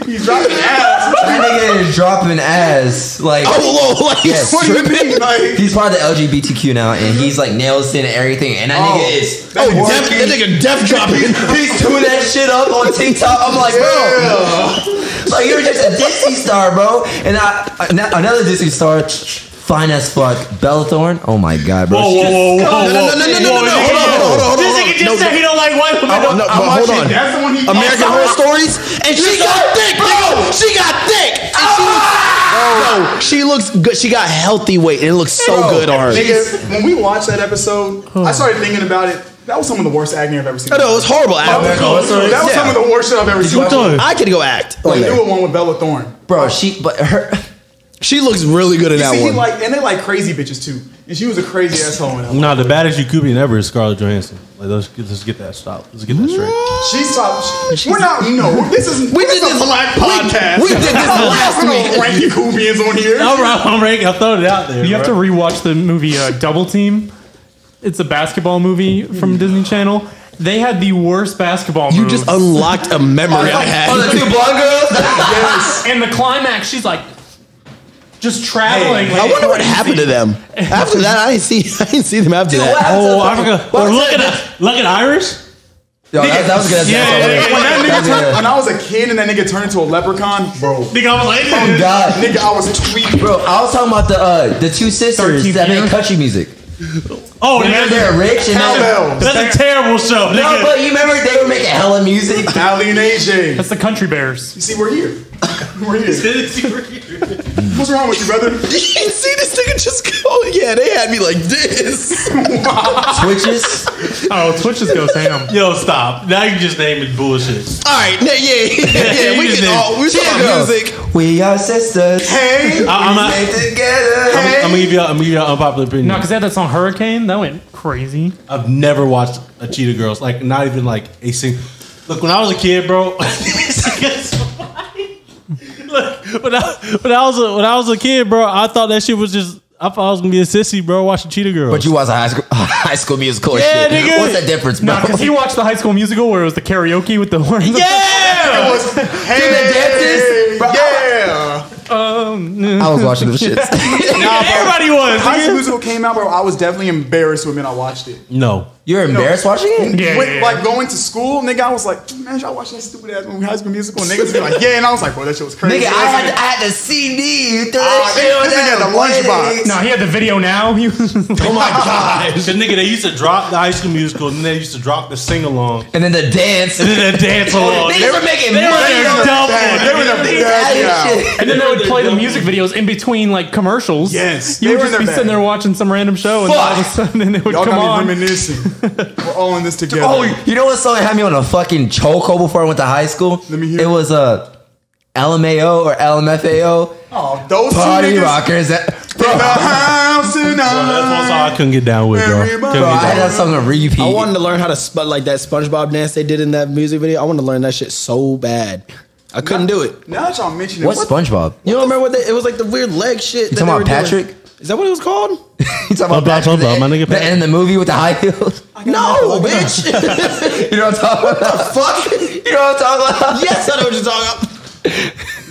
He's dropping ass.
That nigga is dropping ass. Like,
Oh, Lord, like,
Yes.
what do you
What do you
mean?
mean? Like,
he's part of the LGBTQ now, and he's like nails in and everything. And that
Oh.
nigga is
That nigga-
Def- that nigga death dropping.
He's doing that shit up on TikTok. I'm like, bro, like you're just a Disney star, bro. And I, an- another Disney star, fine as fuck, Bella Thorne. Oh my god, bro.
Whoa, whoa, whoa,
No, no,
whoa,
no, no, no, no, no, no,
whoa, nigga.
hold on, hold on, hold on,
This
hold on.
nigga just
No,
said he don't like white women.
No, but hold on.
That's the one he
American
Oh,
Horror Stories, and she got thick, bro. Ah! She got thick. And she looks, bro, she looks good. She got healthy weight, and it looks so good on her.
Nigga, when we watched that episode, I started thinking about it. That was some of the worst acne I've ever seen.
No, no, it was horrible.
That was,
Adam.
Horror Stories?
that was some of the worst shit I've ever seen.
I could go act. on
Like,
there.
do a one with Bella Thorne.
bro. She, but her,
She looks really good in
You
that
see, he
one.
like, and they like crazy bitches too. And she was a crazy asshole in that. one.
Nah, the baddest Yukubian ever is Scarlett Johansson. Like, let's get, let's get that stop. Let's get that straight.
She stopped. She, we're not. No, this is.
We did this
a black
we-
podcast.
We, did this last
We're
week.
gonna rank Kubians on here.
All right, I'm ranking. I throw it out there.
You have to rewatch the movie uh, Double Team. It's a basketball movie from Disney Channel. They had the worst basketball.
You
moves.
just unlocked a memory I
oh,
had.
the two blonde girls.
Yes.
and the climax, she's like just traveling.
I wonder what happened to them after that. I didn't see. I didn't see them after that.
Oh, I forgot. Or look at look at Irish.
Yo, that, that was a good.
Yeah, yeah, yeah.
When that nigga
That's
turned,
good.
when I was a kid and that nigga turned into a leprechaun, bro.
Nigga, I was like,
Oh, God,
Nigga, I was tweeting.
bro, I was talking about the uh, the two sisters
13th
that
year.
make country music.
oh,
Remember
that's,
they're rich and they're,
Cowbells.
that's a terrible show,
no,
nigga.
but you remember they were making hella music.
Ali and AJ.
That's the Country Bears.
You see, we're here. We're here. What's wrong with you, brother?
You see this nigga just go? Yeah, they had me like this.
Twitches.
Oh, Twitch just goes ham.
Yo, stop. Now you just naming bullshit.
All right, yeah, yeah, yeah. yeah we
You
can
did.
all we talk
Girls,
music.
We are sisters.
Hey.
I, am
Stay together.
I'm gonna give you I'm gonna give you an unpopular opinion.
No, because they had that song Hurricane. That went crazy.
I've never watched a Cheetah Girls. Like not even like a single. Look, when I was a kid, bro. Look, when I when I was a, when I was a kid, bro, I thought that shit was just. I thought I was gonna be a sissy, bro. Watching Cheetah Girls.
But you watch a high school, high school musical or
Yeah,
shit.
nigga.
What's the difference, bro?
No, because he watched the High School Musical where it was the karaoke with the horns.
yeah.
It was, hey.
dentist? Bro, I-
Yeah.
Um,
I was watching them shits.
Nah, bro.
Everybody was.
High School
nigga.
Musical came out, bro. I was definitely embarrassed when I watched it.
No.
You're embarrassed watching it?
Yeah,
With,
yeah, yeah.
Like going to school, nigga, I was like, man, y'all watching that stupid ass movie, High School Musical, and niggas be like, yeah, and I was like, bro, that shit was crazy.
Nigga, I had, I had the CD. You threw
Ah,
that
this-
shit on
this nigga had
that
the lunchbox.
wedding.
No, he had the video now. He was
Oh my god. The nigga, they used to drop the high school musical and then they used to drop the sing along.
And then the dance.
And then the dance along.
Niggas were making
they were
money
there
off
double.
that. They were in
Niggas
the
these
best
out
now.
of shit.
and then they would play the music videos in between like commercials.
Yes,
you
they
would
were
just
in
be
their
sitting
bag.
there watching some random show, and all of a sudden it would
Y'all
come
got me
on.
reminiscing. We're all in this together.
Oh, you know what song had me on a fucking chokehold before I went to high school?
Let me hear
It
it.
was uh, LMAO or LMFAO.
Oh, those two
Party
niggas.
rockers. That,
In the house
Bro, that's one
tonight.
song I couldn't get down with, bro. Couldn't get
bro, I
down
had
with.
that song on repeat.
I wanted to learn how to sp- like that SpongeBob dance they did in that music video. I wanted to learn that shit so bad. I couldn't do it.
Now that y'all mention it,
What's
what
SpongeBob?
You don't remember what they, it was like the weird leg shit.
You
that
talking
they
about
were doing.
Patrick?
Is that what it was called?
You talking
Blah, blah,
Patrick
blah, blah, my nigga
the, the
Patrick.
end of the movie with the high heels?
no, bitch.
You know what I'm talking about?
Fuck.
You know what I'm talking about?
Yes, I know what you're talking about.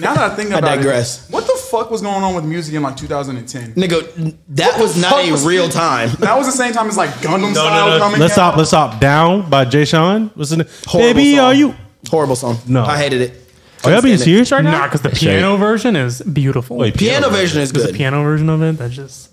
now that I think about
digress.
it, what the fuck was going on with music in like 2010?
Nigga, that was not
fuck
a
was-
real time.
That was the same time as like Gundam
No,
style
no, no.
coming.
Let's
out.
stop. Let's stop. Down by Jay Sean. What's the name?
Horrible
Baby,
song.
are you?
Horrible song.
No.
I hated it.
Are y'all being serious right now?
Nah, because the
right.
piano version is beautiful.
Wait,
Piano version is
There's a
good.
piano version of it that just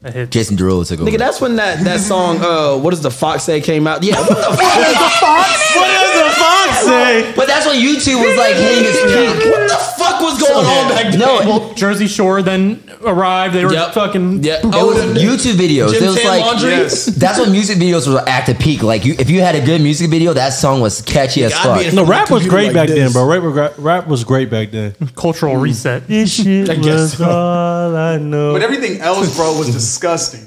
that hit.
Jason Derulo took over.
Nigga, that's when that, that song, uh, what does the fox say came out? Yeah, what the fuck?
What does the fox say?
But that's when YouTube was like hitting its peak.
What the fuck was going on back then?
No,
Jersey Shore then arrived. They were
Yep.
fucking
Yep.
it was Oh, YouTube videos.
Jim
it was
Tan
like
Laundry?
Yes.
that's when music videos were at the peak. Like you, if you had a good music video, that song was catchy as
I'd
fuck.
be in
No,
front of
rap
the
was
computer
great
like
back then,
this.
bro. Rap, rap, rap was great back then.
cultural reset.
This shit
I guess was so.
all I know.
But everything else, bro, was disgusting.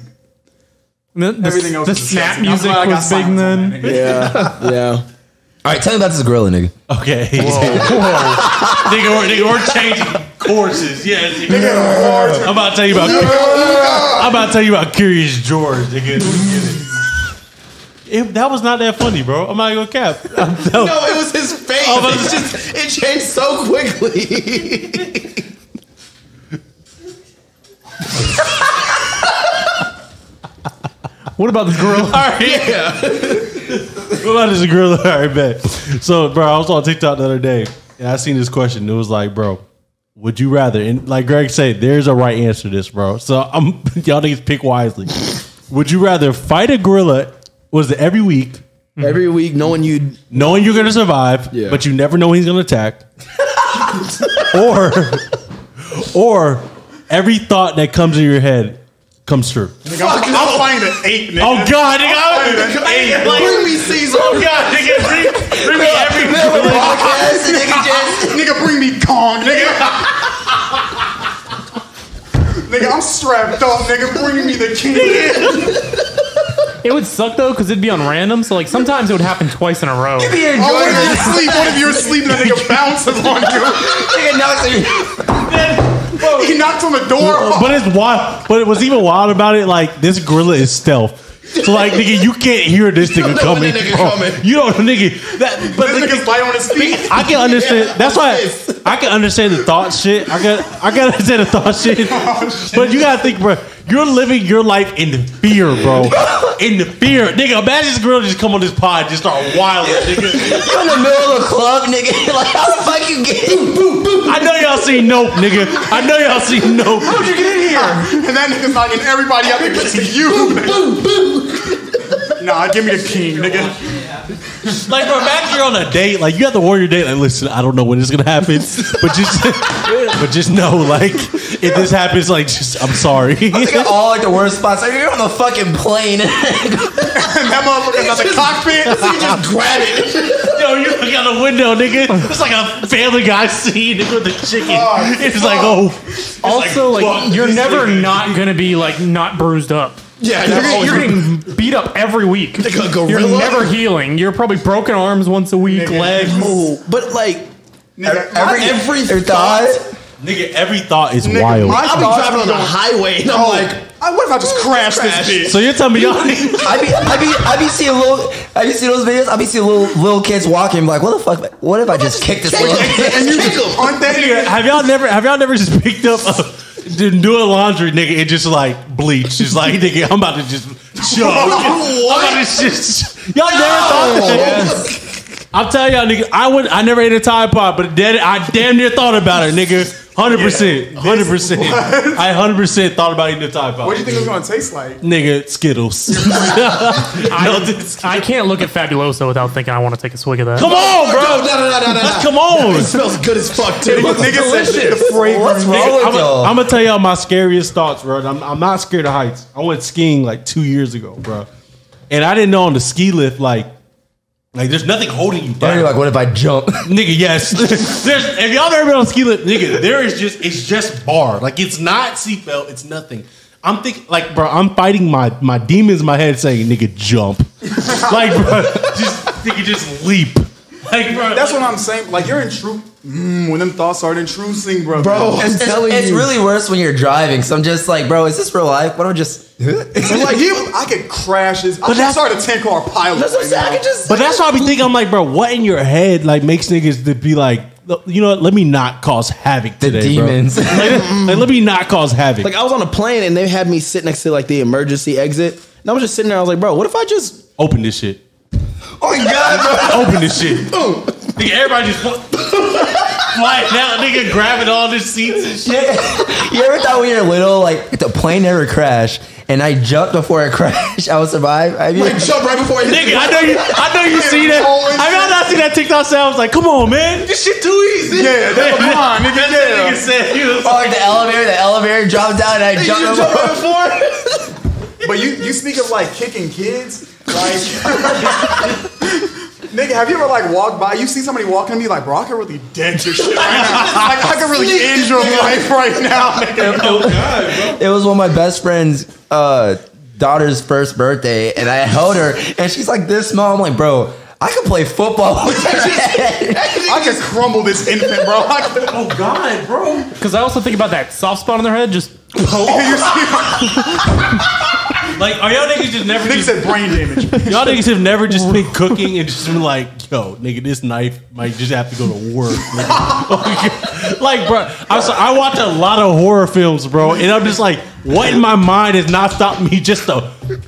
The, the-
Everything else
the
was
snap
disgusting. I'm
music
glad I got
was big
silence on
then.
that,
Yeah,
nigga.
yeah.
All right, tell me about this gorilla, nigga.
Okay. nigga, we're, nigga, we're changing courses. Yeah, nigga. I'm about to tell you about. I'm about to tell you about Curious George, nigga. It, that was not that funny, bro. I'm not gonna cap. I'm telling-
No, it was his face.
Oh, but it's
it changed so quickly.
What about this gorilla?
All right. What about this gorilla? All right, bet. So, bro, I was on TikTok the other day and I seen this question. It was like, bro, would you rather? And like Greg said, there's a right answer to this, bro. So I'm y'all niggas pick wisely. Would you rather fight a gorilla? Was it every week,
Every week, knowing you,
knowing you're gonna survive,
Yeah.
but you never know when he's gonna attack, or or every thought that comes in your head comes true.
Nigga, I'm, I'm fighting an ape, nigga.
Oh God, nigga! I-
Hey,
like-
bring me Caesar.
Oh God, nigga! Bring, bring me every
nigga, bring me Kong, nigga. nigga, I'm strapped up, nigga. Bring me the king.
It would suck though, because it'd be on random. So like sometimes it would happen twice in a row.
Oh, what if you're asleep? What if you're asleep and the nigga bounces on you?
Nigga, knocked you.
He knocks on the door.
But it's wild. But it was even wild about it. Like this gorilla is stealth. So like, nigga, you can't hear this nigga
know when
coming.
that nigga
bro.
coming.
You don't, nigga. That, but
this nigga's light on his feet.
I can understand.
Yeah,
that's why
what's
I can understand the thought shit. I got I can understand the thought shit. But you gotta think, bro. You're living your life in fear, bro. In the fear, nigga. Imagine this girl just come on this pod, and just start wilding, nigga.
You in the middle of a club, nigga. Like how the fuck you get?
I know y'all seen Nope, nigga. I know y'all seen Nope.
How'd you get in here? And that nigga's knocking everybody out there to you. nah, give me the king, nigga.
Like, bro, imagine you're on a date. Like, you have to warn your date. Like, listen, I don't know when it's gonna happen, but just, but just know, like, if this happens, like, just I'm sorry.
Nigga, all like the worst spots. Like, you're on a fucking plane.
And that motherfucker's at the cockpit.
just grab it.
Yo, you look out the window, nigga. It's like a Family Guy scene nigga, with the chicken.
Oh,
it's like, oh,
also, like,
fuck
you're
this
never
nigga.
not gonna be like not bruised up.
Yeah,
You're,
that's
gonna-
always-
you're getting beat up every week.
Like a
You're
gorilla?
never healing. You're probably broken arms once a week,
Nigga.
legs.
Oh, but like,
Nigga,
Every,
my-
every thought.
nigga, every thought is
Nigga,
wild.
my-
I'll be
thoughts
driving on the
don't-
highway and I'm
Oh,
like,
I, what if I just crash this
Crash.
bitch?
so you're telling me y'all,
I be, I be, I be seeing little, I be seeing those videos. I be seeing little, little kids walking. Like, what the fuck? What if I just kicked this little kid?
and you just
Aren't that
have y'all never, have y'all never just picked up a, Dude, doing laundry, nigga, it just like bleach. It's like, nigga, I'm about to just chug. I'm about to just, y'all never thought that. I'm telling y'all, nigga, I would, I never ate a Tide Pod, but then I damn near thought about it, nigga. Hundred percent, hundred percent. I hundred percent thought about eating a Tide Pod.
What do you think it's gonna taste like?
nigga? Skittles.
I, I can't look at Fabuloso without thinking I want to take a swig of that.
come on, bro.
No, no, no, no, no.
Let's come on.
smells good as fuck too.
Nigga said the- the
What's
fragrance.
wrong with y'all?
I'm gonna tell y'all my scariest thoughts, bro. I'm, I'm not scared of heights. I went skiing like two years ago, bro, and I didn't know on the ski lift like. Like there's nothing holding you
You're
down,
like, what if I jump?
nigga. Yes, there's. If y'all never been on ski lift, nigga, there is just it's just bar. Like it's not seatbelt. It's nothing. I'm thinking like, bro. I'm fighting my my demons in my head saying, nigga, jump. like, bro, just nigga, just leap. Like, bro,
That's what I'm saying. Like you're intrude. Mm, when them thoughts start intruding, bro.
Bro, I'm
It's,
telling
it's
you.
really worse when you're driving. So I'm just like, bro, is this real life? Why don't I just?
I'm like you, I could crash this. I could
that's-
start a ten car pilot.
That's what I'm
right
saying. I
now.
can just.
But that's why I be thinking, I'm like, bro, what in your head like makes niggas to be like, you know what? Let me not cause havoc
The
today,
demons.
Bro. Like, like, let me not cause havoc.
Like I was on a plane and they had me sit next to like the emergency exit, and I was just sitting there. I was like, bro, what if I just?
open this shit.
Oh my god,
Open this shit. nigga, everybody just flying out, nigga, grabbing all the seats and shit.
you ever thought when you're little, like the plane never crashed, and I jumped before it crashed, I would survive? I mean,
jump right before you.
Nigga, I know you. I know you see that. I know not see that TikTok sound. I was like, come on, man, this shit too easy.
Yeah, that's
Come on,
mine, nigga.
That nigga
Yeah.
said, he was
or like the elevator, the elevator dropped down, and I jumped.
jump
over.
right before.
But you, you speak of like kicking kids, like nigga, have you ever like walked by? You see somebody walking to me like, bro, I could really dent your shit right now. Like I could really end your life right now, nigga.
It was one of my best friend's uh, daughter's first birthday, and I held her, and she's like this small. I'm like, bro, I could play football. with your head."
I could crumble this infant, bro. I could,
oh god, bro.
Because I also think about that soft spot in their head. Just
Like, are y'all niggas just never
nigga
just
said brain damage.
Y'all niggas have never just been cooking and just been like, yo, nigga, this knife might just have to go to work. nigga. like, bro, I, was, I watch a lot of horror films, bro, and I'm just like, what in my mind has not stopped me just to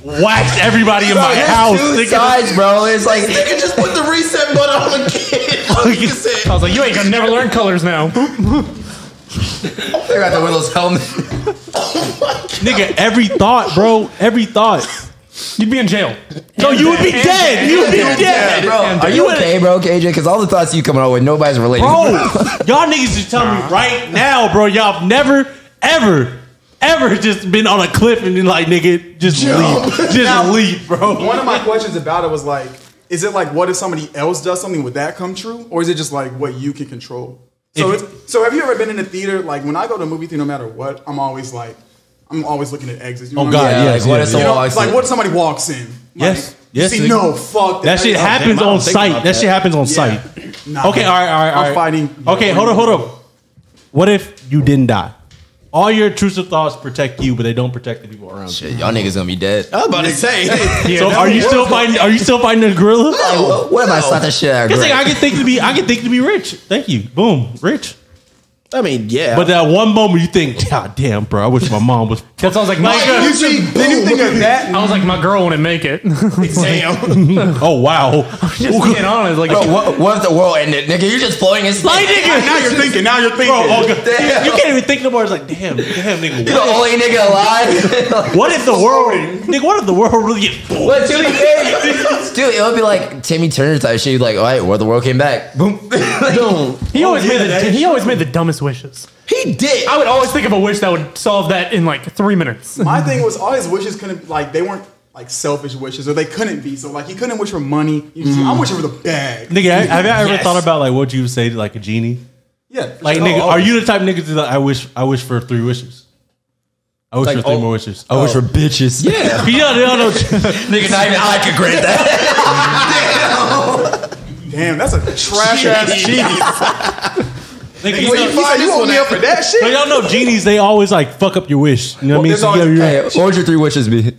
whack everybody in my
There's
house?
two
nigga?
sides, bro. It's like
can just put the reset button on the kid. Like you
I
said.
was like, you ain't gonna never learn colors now.
they're at the Willow's helmet.
Nigga, every thought, bro, every thought.
You'd be in jail.
No, you would be
And-
dead. You would be dead.
Bro, are
You
you
in-
okay, bro, KJ? Because all the thoughts you coming out with, nobody's related.
Bro, y'all niggas just telling me right now, bro, y'all have never, ever, ever just been on a cliff and then like, nigga, just leap. Just leap, bro.
One of my questions about it was like, is it like what if somebody else does something? Would that come true, or is it just like what you can control? So,
If-
it's, so have you ever been in a theater? Like when I go to a movie theater, no matter what, I'm always like, I'm always looking at exits. You know
Oh,
what I mean?
God,
Yeah,
yes,
like, what
yes,
if
yes.
You
someone
know,
walks
like
in?
what if somebody walks in?
Yes,
Like,
yes,
you See,
nigga.
no, fuck
That shit happens
I don't
on
think
site.
about
That
that.
shit happens on
Yeah.
site.
Nah.
okay, all right, all right, all
I'm
right.
fighting-
Okay, hold on, hold on. What if you didn't die? All your intrusive thoughts protect you, but they don't protect the people around you.
Shit, y'all niggas gonna be dead.
I was about to say.
so
that
are you
was-
still fighting? Are you still fighting the gorilla?
What what if I shot that shit out of
Cause like, I
Greg?
can think to be, I can think to be rich. Thank you. Boom, rich.
I mean, yeah.
But that one moment you think, God damn, bro, I wish my mom was.
That sounds like my.
You see, did you think of that?
I was like, my girl wouldn't make it.
Oh wow.
just being honest, like,
Bro, what, what if the world ended, nigga? You're just floating in
Like
space.
nigga,
Now you're thinking. Now you're thinking.
bro, oh, God.
Damn.
you can't even think no more. It's like, damn, damn, nigga.
You're the
What,
only nigga alive. Like,
what if the world, nigga? What if the world really get?
But to be fair, dude, it would be like Timmy Turner type shit. You'd be Like, all right, where the world came back. Boom.
Boom.
he always
yeah,
made
that
the
is
he always made the dumbest wishes.
he did.
I would always think of a wish that would solve that in like three minutes.
My thing was all his wishes couldn't like they weren't like selfish wishes or they couldn't be. So like he couldn't wish for money. You just, I'm wishing for the bag.
Mm. Nigga, have- have you ever
Yes.
thought about like what you would say to like a genie?
Yeah. for
Like,
sure.
nigga,
Oh,
are you the type of nigga to like, I wish I wish for three wishes? I wish
Like,
for three
oh,
more wishes.
I wish for bitches. Yeah.
You know, you know, no-
nigga, not even I could grant that.
Damn, that's a trash ass genie.
nigga, you
Well, you
know,
fine, you owe me up for that shit.
so y'all know genies, they always like fuck up your wish. You know what I mean?
there's
So you
always-
gotta-
Hey, what would your three wishes be?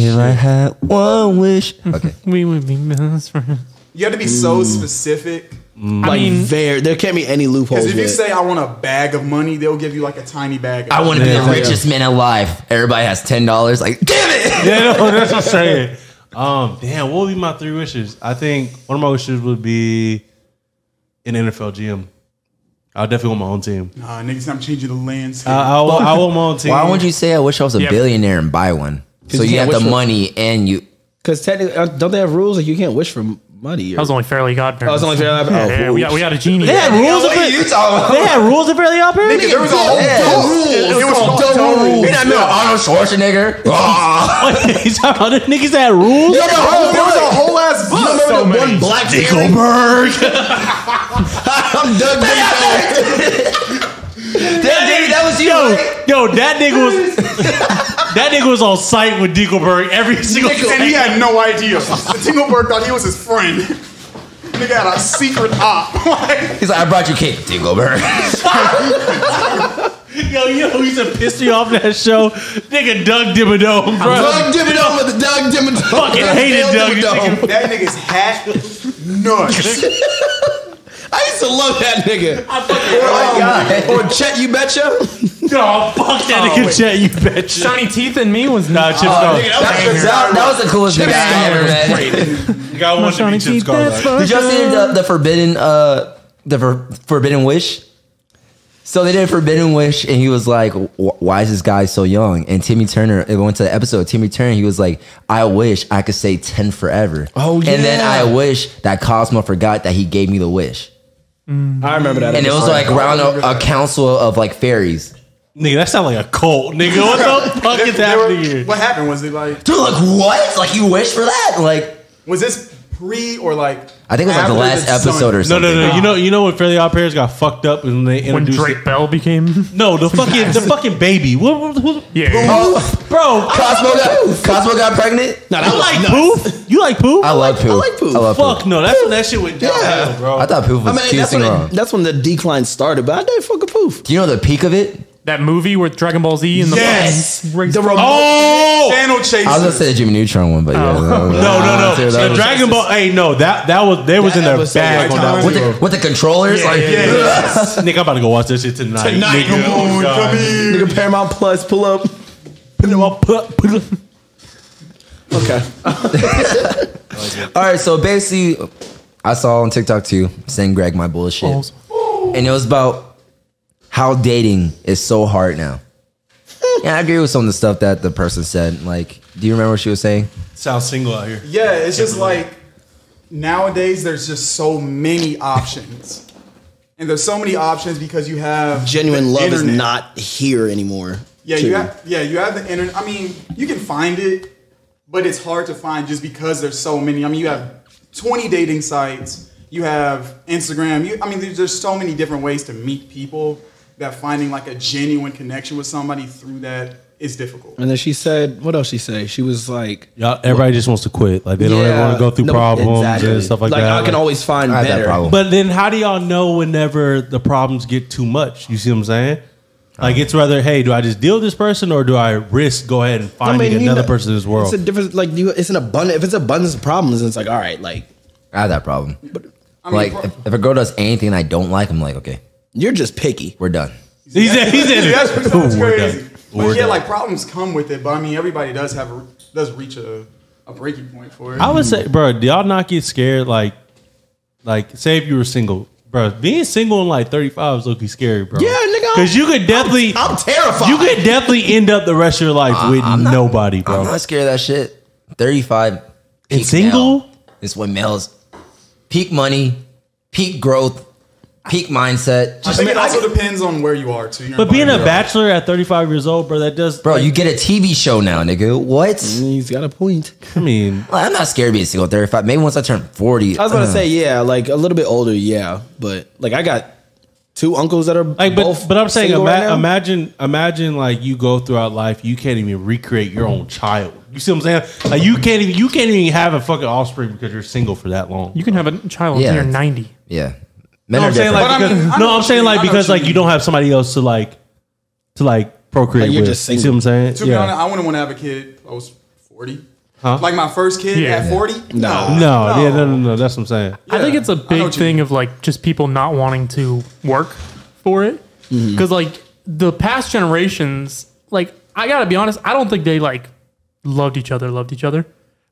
If I had one wish. Okay.
we would be best friends.
You have to be so specific.
I
Like
mean,
very, there can't be any loopholes.
Because if
with
you
it.
say I want a bag of money, they'll give you like a tiny bag. Of
I want to be
Yeah,
the
yeah.
richest man alive. Everybody has ten dollars. Like, damn it!
Yeah, no, that's what I'm saying. Um, damn, what would be my three wishes? I think one of my wishes would be an NFL GM. I would definitely want my own team.
Nah, niggas, I'm changing the landscape.
I, I, want, I want my own team.
Why would you say I wish I was a
Yeah.
billionaire and buy one? So
you
you
can't
have the
wish for-
money and you.
Because technically, uh, don't they have rules like you can't wish for money? Or,
that was only Fairly Godparents.
Oh, it's only Fairly Godparents.
Yeah,
Oh,
yeah, we, got, we got a genie.
had rules of
What
it.
you talking
They had rules of barely up here.
there was a whole
Yeah.
book. It was called Dole Rules.
You're not
Yeah.
about Arnold Schwarzenegger. Ah.
you talking about the niggas that had rules?
You're the whole-
There was a whole ass book.
remember the one black Nickelberg.
I'm Doug Dicko. Damn, David, that was you.
Yo,
right?
yo, that nigga was that nigga was on site with Dinkelberg every single
and he
day.
had no idea. Tingleberg thought he was his friend. Nigga had a secret op. Like,
He's like, I brought you cake, Dickelberg.
Yo, you know who used to piss me off that show? Nigga Doug Dimmadome, bro.
Doug Dimmadome with the Doug Dimmadome.
Fucking hated Doug Dimmadome.
that nigga's hat nuts.
I used to love that nigga. Oh Or Chet, you betcha.
No, fuck that
Oh,
nigga
wait.
Chet, you betcha.
Shiny Teeth and Me was not.
Nah, Chip Star.
nigga,
That,
banger.
that- that was the coolest nigga I ever met.
You got one to
Shiny
be Chip
Teeth.
Star.
that's
like.
for
Did y'all see
sure.
the, the forbidden uh the for, forbidden wish? So they did forbidden wish, and he was like, "Wh- "Why is this guy so young?" And Timmy Turner, it went to the episode. Timmy Turner, he was like, "I wish I could say ten forever."
Oh,
And then
yeah.
I wish that Cosmo forgot that he gave me the wish,
I remember that.
and it was like around a, a council of like fairies.
Nigga, that sound like a cult, nigga. What the fuck
They-
is
they
happening
were-
here?
What happened was it like
They're like, "What? Like you wish for that?" Like
was this pre or like
I think it was like the
after
last
the
episode or
Sun?
No,
something.
no, no. You know, you know when Fairly Odd Parents got fucked up and they
When
introduced
Drake Bell became.
No, the fucking the fucking baby. What, what, what-
Yeah.
bro?
Cosmo got Cosmo got pregnant.
no, that
You
was
like
nuts.
poof? You like poof?
I love poo.
like Pooh.
I love poo.
Fuck no, that's when that shit went down,
Yeah.
bro.
I thought poo was
I mean,
cute
that's
and
when,
wrong.
it, that's when the decline started, but I did fuck a poof.
Do you know the peak of it?
That movie with Dragon Ball Z and the.
Yes.
The remote.
oh
Channel chasers.
I was gonna say the Jimmy Neutron one, but yeah. No,
no, no, no. The Dragon Ball. Hey, no, that that was they was
That
in their
episode
bag
was
on that
Dragon
one.
With the, with the controllers, like
yeah, yeah.
Nigga, I'm about to go watch that shit tonight.
Tonight,
nigga. oh
come on, come here.
Nigga, Paramount Plus, pull up. Okay.
All right, so basically, I saw on TikTok too, send Greg my bullshit,
Balls.
and it was about how dating is so hard now. Yeah, I agree with some of the stuff that the person said. Like, do you remember what she was saying?
Sound single out here.
Yeah, it's just like nowadays there's just so many options. And there's so many options because you have
Genuine
the
love is
internet.
not here anymore.
Yeah,
too.
you have yeah, you have the internet. I mean, you can find it, but it's hard to find just because there's so many. I mean, you have 20 dating sites, you have Instagram. You, I mean, there's, there's so many different ways to meet people that finding like a genuine connection with somebody through that is difficult.
And then she said, what else she say? She was like,
Y'all, everybody just wants to quit. Like they don't ever
yeah,
want to go through
no,
problems
exactly.
and stuff like, that.
I can
Like-
always find
I had that
better.
problem.
But then how do y'all know whenever the problems get too much? You see what I'm saying? Like it's rather, hey, do I just deal with this person or do I risk go ahead and
I mean,
finding
you
another
know,
person in this world?
It's a different, like you, it's an abundant. If it's abundance of problems, it's like all right, like
I had that problem.
mean,
like,
pro-
if, if a girl does anything I don't like, I'm like, okay,
you're just picky.
we're done.
he's in, he's in
That's
it.
sounds
We're
crazy.
done.
But
We're
yeah,
done.
like problems come with it. But I mean, everybody does have a, does reach a, a breaking point for it.
I would say, bro, do y'all not get scared? Like, like say if you were single, bro, being single in like 35 is looking scary, bro.
Yeah, nigga,
because you could definitely,
I'm terrified. Uh,
you could definitely end up the rest of your life with nobody, bro.
I'm not scared of that shit. 35. peak
single?
now is when males peak money, peak growth, peak mindset.
I
Just,
think it also depends on where you are too. your
but being a
environment.
bachelor at 35 years old, bro, that does,
bro, you get a TV show now, nigga. What?
He's got a point.
I mean,
I'm not scared of being single at 35. Maybe once I turn 40.
I was
uh,
about to say, yeah, like a little bit older, yeah, but like I got two uncles that are
like, but
both
but I'm saying,
single
ima-
right now.
imagine, imagine, like you go throughout life, you can't even recreate your own child. You see what I'm saying? Like you can't even, you can't even have a fucking offspring because you're single for that long.
You can have a child
Yeah.
until you're 90.
Yeah. Men
No,
are
I'm
different.
saying like
But I
because,
mean, I know
no,
what
I'm
you
saying
mean.
like
I know
because
what you
like you don't have somebody else to like to like procreate
Like, you're
with.
just
you see what I'm saying?
To be honest, I wouldn't want to have a kid. I was forty. Like my first kid
Yeah.
at 40?
Nah.
No, yeah, no, no, no. That's what I'm saying.
I think it's a
know
big
what you
thing of like just people not wanting to work for it.
Mm-hmm.
Because like the past generations, like I gotta be honest, I don't think they like loved each other, loved each other.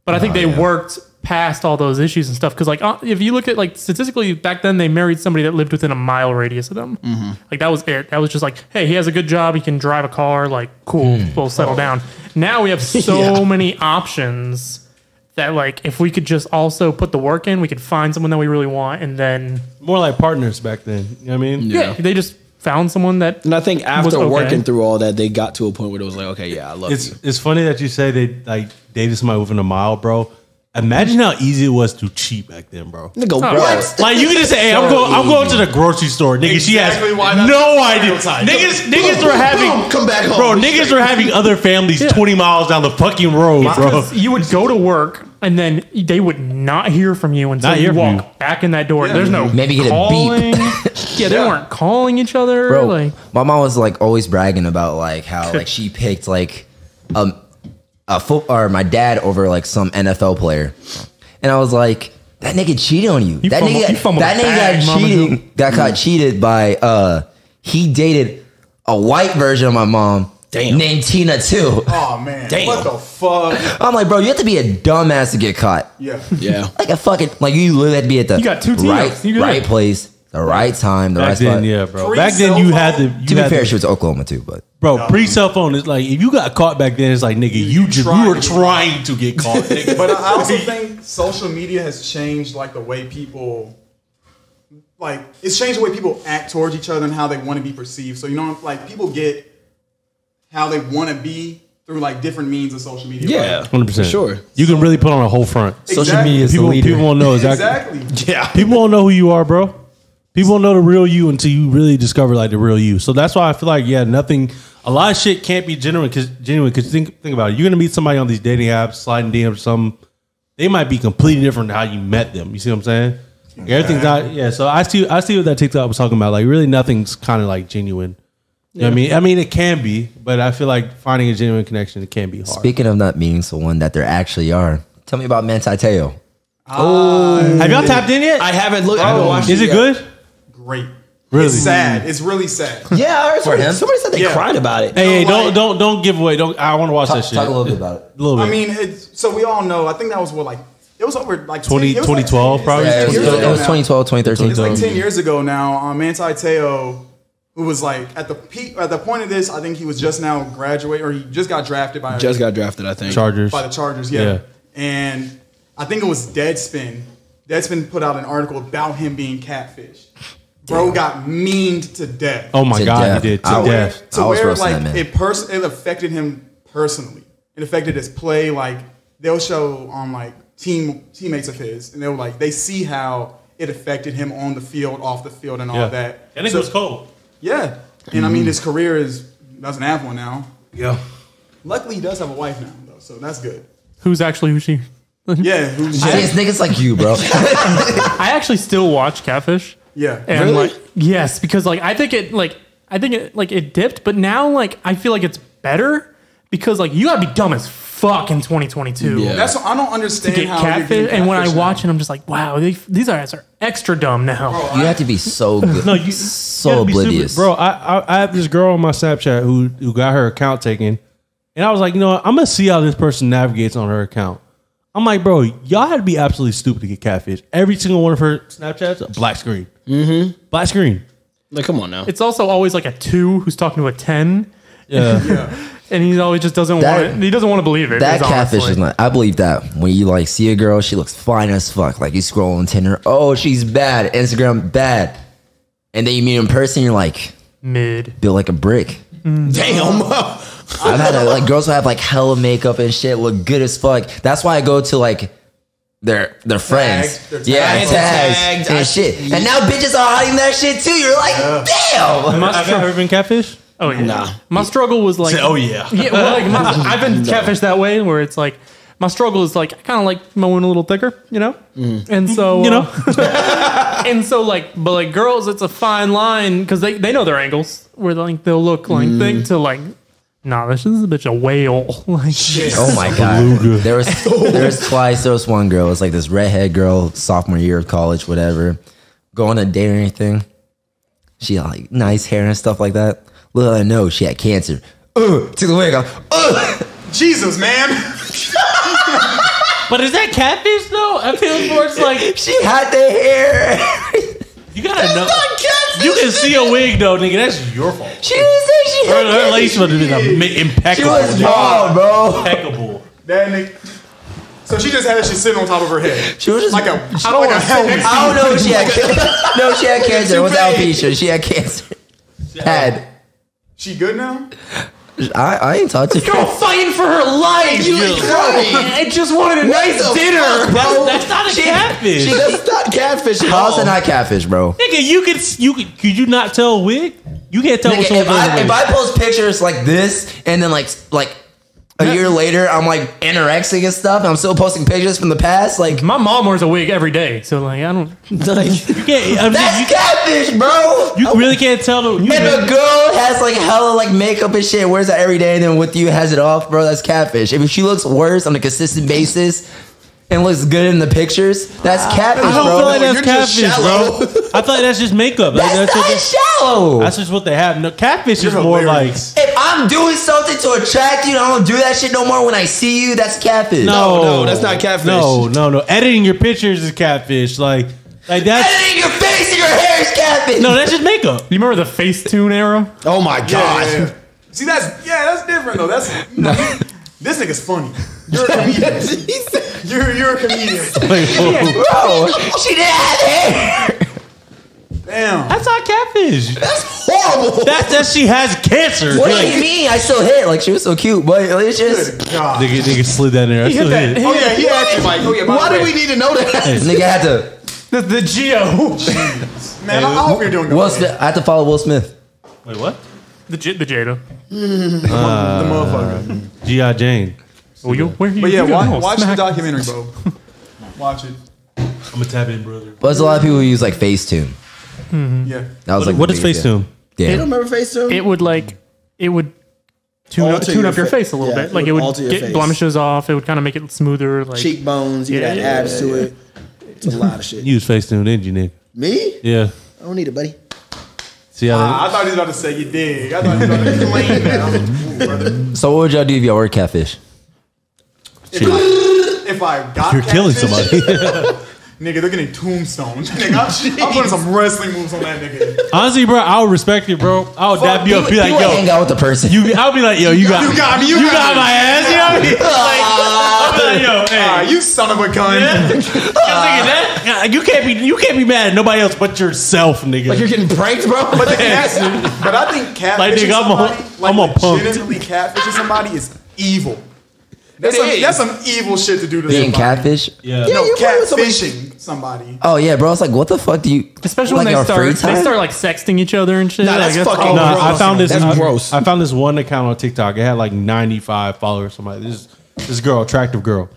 But
Oh,
I think they worked past all those issues and stuff. Because like uh, if you look at like statistically back then, they married somebody that lived within a mile radius of them.
Mm-hmm.
Like that was it. That was just like, hey, he has a good job, he can drive a car, like cool,
Mm.
we'll settle
Oh.
down. Now we have so
Yeah.
many options that like if we could just also put the work in, we could find someone that we really want, and then
More like partners back then. You know what I mean?
yeah, they just found someone that
And I think after
okay.
working through all that, they got to a point where it was like, okay, yeah, I love
It's
you.
it's funny that you say they like dated somebody within a mile, bro. Imagine how easy it was to cheat back then, bro.
Nigga,
Oh,
what?
yeah.
Like you can just say, "Hey, I'm
So
going. I'm going to the grocery store, nigga." she has
Exactly why that's
no idea.
stereotype.
Niggas, niggas were having.
come back home.
Bro, niggas were having other families twenty miles down the fucking road, bro.
Because you would go to work and then they would not hear from you until
Not
you
hear from
walk
you.
back in that door. There's no
Maybe get a beep.
calling. yeah, they weren't calling each other.
bro.
Like
my mom was like always bragging about like how like she picked like um a foot or my dad over like some NFL player, and I was like. That nigga cheated on you.
You
that
fumbled- you
nigga,
fumbled
that
the
nigga
bag,
got
Mama Duke.
cheated. Got caught cheated by uh he dated a white version of my mom
Damn.
named Tina too.
Oh, man.
Damn.
What the fuck?
I'm like, bro, you have to be a dumbass to get caught.
Yeah.
Yeah.
Like a fucking like you literally had to be at the
You got two Tinas.
right,
You good.
right place, the right time, the right
Back
spot.
then, yeah, bro.
Free
Back then,
cell
you
phone?
had to. You
To be
had
fair,
to-
she was Oklahoma too, but
Bro, pre cell phone is like if you got caught back then, it's like nigga, you ju-
tried
you were
to get
trying to get caught. Nigga.
But I also think social media has changed like the way people like it's changed the way people act towards each other and how they want to be perceived. So you know like people get how they want to be through like different means of social media.
Yeah.
right?
hundred percent.
Sure.
you can really put on a whole front.
Social media is
People, people won't know exactly.
Exactly.
Yeah.
People won't know who you are, bro. People won't know the real you until you really discover like the real you. So that's why I feel like yeah, nothing. A lot of shit can't be genuine because genuine because think think about it. You're gonna meet somebody on these dating apps, sliding DMs. Some they might be completely different than how you met them. You see what I'm saying? Everything's not yeah. So I see I see what that TikTok was talking about. Like really, nothing's kind of like genuine. You know what I mean? I mean it can be, but I feel like finding a genuine connection it can be hard.
Speaking of not meeting someone that there actually are, tell me about Manti Teo.
Have y'all tapped in yet?
I haven't looked. I haven't watched
Is it
yet.
good?
Great.
Really?
It's sad. It's really sad.
Yeah, I heard somebody, somebody said they
Yeah.
cried about it.
Hey, hey,
No,
don't
like-
don't don't give away. Don't I want to watch that
Talk,
shit?
talk a little bit about it.
A little bit.
I mean, it's, so we all know. I think that was what like it was over like
20
10 it was like
2012
10 years-
probably.
Yeah, it was,
years
it
ago
was
now.
2012, 2013.
Oh, It's like ten years ago now. Um, Manti Te'o, who was like at the peak, at the point of this, I think he was just now graduate or he just got drafted by
Just got drafted, I think.
Chargers.
by the Chargers. Yeah.
Yeah.
and I think it was Deadspin. Deadspin put out an article about him being catfished. Bro got meaned to death.
Oh my
To
god,
death.
he did to
I would-
death.
To
I was
where
roasting
like
that man.
it pers- it affected him personally. It affected his play. Like they'll show on like team teammates of his, and they'll like they see how it affected him on the field, off the field, and all that.
nigga
So-
was cold.
Yeah, and I mean his career is doesn't have one now.
Yeah.
Luckily, he does have a wife now, though, so that's good.
who's actually who she?
Yeah, who's
See, it's niggas like you, bro.
I actually still watch Catfish.
yeah.
And
Really?
like yes, because like I think it like I think it like it dipped, but now like I feel like it's better because like you gotta be dumb as fuck in 2022.
Yeah.
That's I don't understand
Get
how you're
catfish,
getting
and when I
catfish now.
watch it, I'm just like, wow, they, these guys are extra dumb now.
you have to be so good.
No, you
so
gotta be stupid.
oblivious.
bro. I, I I have this girl on my Snapchat who who got her account taken, and I was like, you know, what? I'm gonna see how this person navigates on her account. I'm like, bro, y'all had to be absolutely stupid to get catfish. Every single one of her Snapchats, a black screen, mm-hmm. black screen.
Like, come on now.
It's also always like a two who's talking to a ten,
Yeah,
and he always just doesn't
That-
want it. He doesn't want to believe it.
That catfish
honestly.
is not. I believe that when you like see a girl, she looks fine as fuck. Like you scroll on Tinder, oh she's bad. Instagram bad, and then you meet her in person, you're like
mid.
built like a brick.
Damn.
I've had a, like girls who have like hella makeup and shit look good as fuck. That's why I go to like their their friends,
They're tagged.
yeah,
They're
tags,
tagged.
and
I-
shit. And now bitches are hiding that shit too. You're like, damn.
have you ever been catfish?
Oh yeah.
Nah.
My struggle was like,
oh, yeah.
yeah. Well, like my, I've been catfish that way, where it's like. My struggle is like I kind of like mowing a little thicker, you know, and so
Mm-hmm. You
uh,
know,
and so like but like
Mm-hmm.
girls it's a fine line because they, they know their angles where like they'll look like thing to like nah, this is a bitch a whale. like,
Oh my god. There was there was twice there was one girl, it's like this redhead girl, sophomore year of college, whatever. Go on a date or anything. She had like nice hair and stuff like that. Little did I know she had cancer. Ugh, took the wig off. Ugh.
Jesus, man.
But is that catfish though? I feel more it's like
She had the hair.
you gotta know. You can see a wig though, nigga. That's your fault.
She didn't say she had
Her, her
cancer.
lace would have been ama-
She
impeccable.
was
nigga.
bald, bro.
impeccable.
That nigga. So she just had that shit sitting on top of her head.
She was just
Like a,
I
I don't like a helmet.
I don't know if she had cancer. No, she had cancer. It was alopecia. She had cancer. Had.
She good now?
I, I ain't talked to her.
Girl fighting for her life.
You
yo.
crying.
I just wanted a
What the
nice dinner.
fuck,
that's,
bro?
that's not a
She-
catfish.
she-
That's not catfish at
How's
all.
it not catfish, bro?
nigga, you could s- you could, could you not tell wig? You can't tell
Nigga,
what someone's
if, I, if
doing.
I post pictures like this and then like like a year later I'm like anorexic and stuff and I'm still posting pictures from the past, like
my mom wears a wig every day, so like I don't.
You can't. I'm just-
that's catfish, bro.
you, you really can't tell the. You,
and a girl has like hella like makeup and shit, wears that every day, and then with you has it off, bro. That's catfish. If she looks worse on a consistent basis and looks good in the pictures, that's catfish,
Ah. I don't
bro.
feel like
You're
that's
just
catfish, bro.
shallow.
I thought that's just makeup. Like,
that's
that's, what
not
they,
shallow.
that's just what they have. No, catfish is
You're
more
hilarious.
like.
If I'm doing something to attract you, and I don't do that shit no more. When I see you, that's catfish.
No,
no, that's not catfish.
No, no, no. Editing your pictures is catfish. Like, like that's
Editing your face and your hair is catfish.
no, that's just makeup.
You remember the Facetune era?
Oh my god.
Yeah, yeah, yeah. See, that's yeah, that's different though. That's you know, this nigga's funny. You're a comedian. you're you're a comedian.
Like, whoa.
bro, she didn't have hair.
Damn.
That's not catfish.
That's horrible.
That's that she has cancer.
what do
Like,
you mean? I still hit. Like she was so cute, but it's just
Good God.
Nigga, nigga slid that in there. I still hit. it.
Oh yeah, he acted like. Oh yeah. By
Why
the
do we
way,
need to know that?
nigga had to.
The, the Geo,
Man, I, I hope you're doing good.
Will Smith, I had to follow Will Smith.
Wait, what?
the J- the Jada.
the motherfucker.
G.I. Jane.
Oh, you, where you,
But yeah,
you
watch,
gonna
watch the
smack-
documentary, bro. Watch it.
I'm gonna tap in, brother.
But there's a lot of people who use like Facetune.
Yeah.
That was
What,
like
what
the
is
biggest
Facetune?
thing. Yeah.
remember FaceTune?
It would like it would tune up,
Alter
tune
your
up your
fa-
face a little
yeah,
bit. Like
it
it
would
would,
alter your
get
face.
blemishes off. It would kind of make it smoother. Like
Cheekbones, you
Yeah,
got
yeah,
abs to it. It's a lot of shit.
You use Facetune, didn't you, nigga?
Me?
Yeah.
I don't need it, buddy.
See how
I, I thought he was about to say you dig. I thought he was about to claim that. I was like, ooh, brother.
So what would y'all do if y'all were catfish?
If I got
you're killing
catfish,
somebody.
nigga, they're getting tombstones. nigga, I'm, I'm putting some wrestling moves on that nigga.
Honestly, bro, I would respect you, bro. I would dap you up, be
You
like,
would
yo,
hang out with the person.
you. I'll be like, yo, you got,
You got me. You,
you got my ass. You know what I mean? Like, I'll be like, yo, hey,
Ah, you son of a gun.
That- yeah, you can't be you can't be mad at nobody else but yourself, nigga.
You're getting pranked, bro?
But, the cat, but I think catfishing
Like, nigga, I'm a-
somebody,
I'm a
like
punk.
legitimately catfishing somebody is evil. That's,
It
some,
is.
that's some evil shit to do to
Being
somebody.
catfish?
yeah.
Yeah,
No,
you're playing with somebody-
catfishing somebody.
Oh yeah, bro. It's like what the fuck do you?
especially
like
when they
our
start
free
they
time?
start like sexting each other and shit. Oh,
Nah,
Like,
that's fucking
all-
No,
Oh, gross.
I found this.
That's
I,
gross.
I found this one account on TikTok. It had like 95 followers. Somebody, this this girl, attractive girl,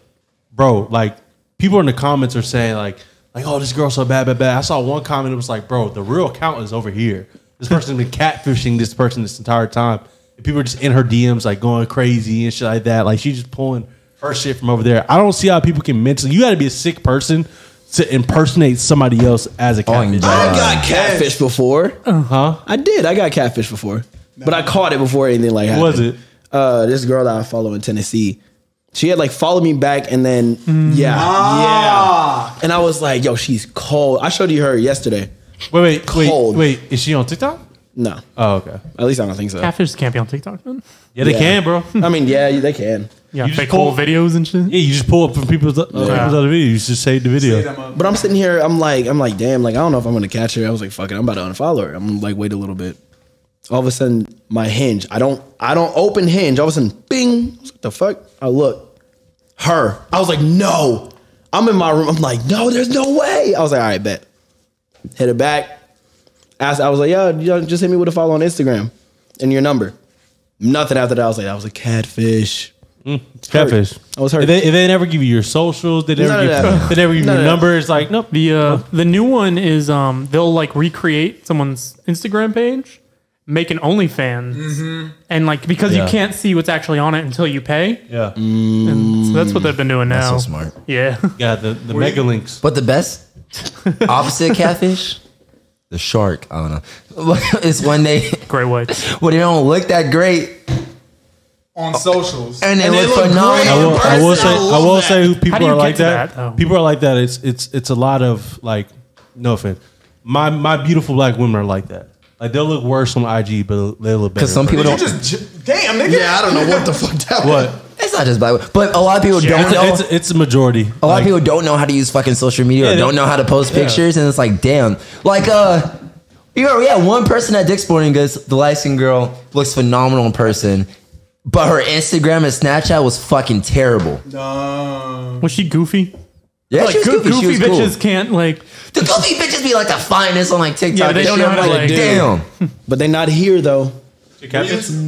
bro. Like people in the comments are saying like like oh this girl so bad bad bad. I saw one comment. It was like bro, the real account is over here. This person's been catfishing this person this entire time. And people are just in her DMs like going crazy and shit like that. Like she's just pulling her shit from over there. I don't see how people can mentally. You got to be a sick person to impersonate somebody else as a catfish.
I
Uh,
got catfish before.
huh?
I did. I got catfish before. But I caught it before anything like happened.
was it?
Uh, this girl that I follow in Tennessee. She had like followed me back and then yeah.
Ah.
Yeah. And I was like, yo, she's cold. I showed you her yesterday.
Wait wait wait
Cold.
wait. Is she on TikTok?
No.
Oh, okay.
At least I don't think so.
Catfish can't be on TikTok. Man.
Yeah, they
Yeah.
can, bro. Yeah,
I mean, yeah, they can.
Yeah,
You just
fake whole
pull-
videos and shit.
you just pull up from people's, uh, people's other videos. You just save the video.
Say them up.
But I'm sitting here, I'm like, I'm like, damn, like I don't know if I'm gonna catch her. I was like, fuck it, I'm about to unfollow her. I'm like, wait a little bit. All of a sudden, my hinge, I don't, I don't open hinge. All of a sudden, bing. I was like, the fuck? I look, her. I was like, no. I'm in my room. I'm like, no, there's no way. I was like, all right, bet. Hit it back. Asked, I was like, yo, yo, just hit me with a follow on Instagram and your number. Nothing after that. I was like, that was a catfish.
Catfish.
I was hurt.
If they, if they never give you your socials, they never
None
give,
of that.
they never give you
None of
your
that.
number. It's like nope.
The uh, the new one is um they'll like recreate someone's Instagram page, make an OnlyFans,
Mm-hmm.
and like because
Yeah.
you can't see what's actually on it until you pay.
Yeah.
And so that's what they've been doing now.
Mm. so smart.
Yeah,
Yeah, the, the mega links.
But the best opposite of catfish, the shark. I don't know. it's when they
great white.
when they don't look that great
on socials.
and they look
I
phenomenal.
will, I will say, I will say who
How
people
do you
are
get
like
to
that.
that, Um, though?
People are like that. It's it's it's a lot of like, no offense, my my beautiful black women are like that. Like they'll look worse on IG, but they look better.
Because some people
Did you
don't.
just j- damn nigga?
Yeah, I don't know what the fuck that was.
What?
It's not just black, but a lot of people don't
It's
know.
a, it's, a, it's a majority.
a lot of people don't know how to use fucking social media. or
Yeah,
don't
they-
know how to post pictures, and it's like, damn. Like, uh, you know, we had one person at Dick's Sporting Goods. The light skin girl looks phenomenal in person, but her Instagram and Snapchat was fucking terrible.
No.
Was she goofy?
Yeah,
like
she was
goo-
goofy.
goofy,
She was cool.
bitches can't like.
The goofy bitches be like the finest on like TikTok.
Yeah, but
they,
they
don't
show
know how to
how to
like,
do.
damn.
But they not here though.
Were you,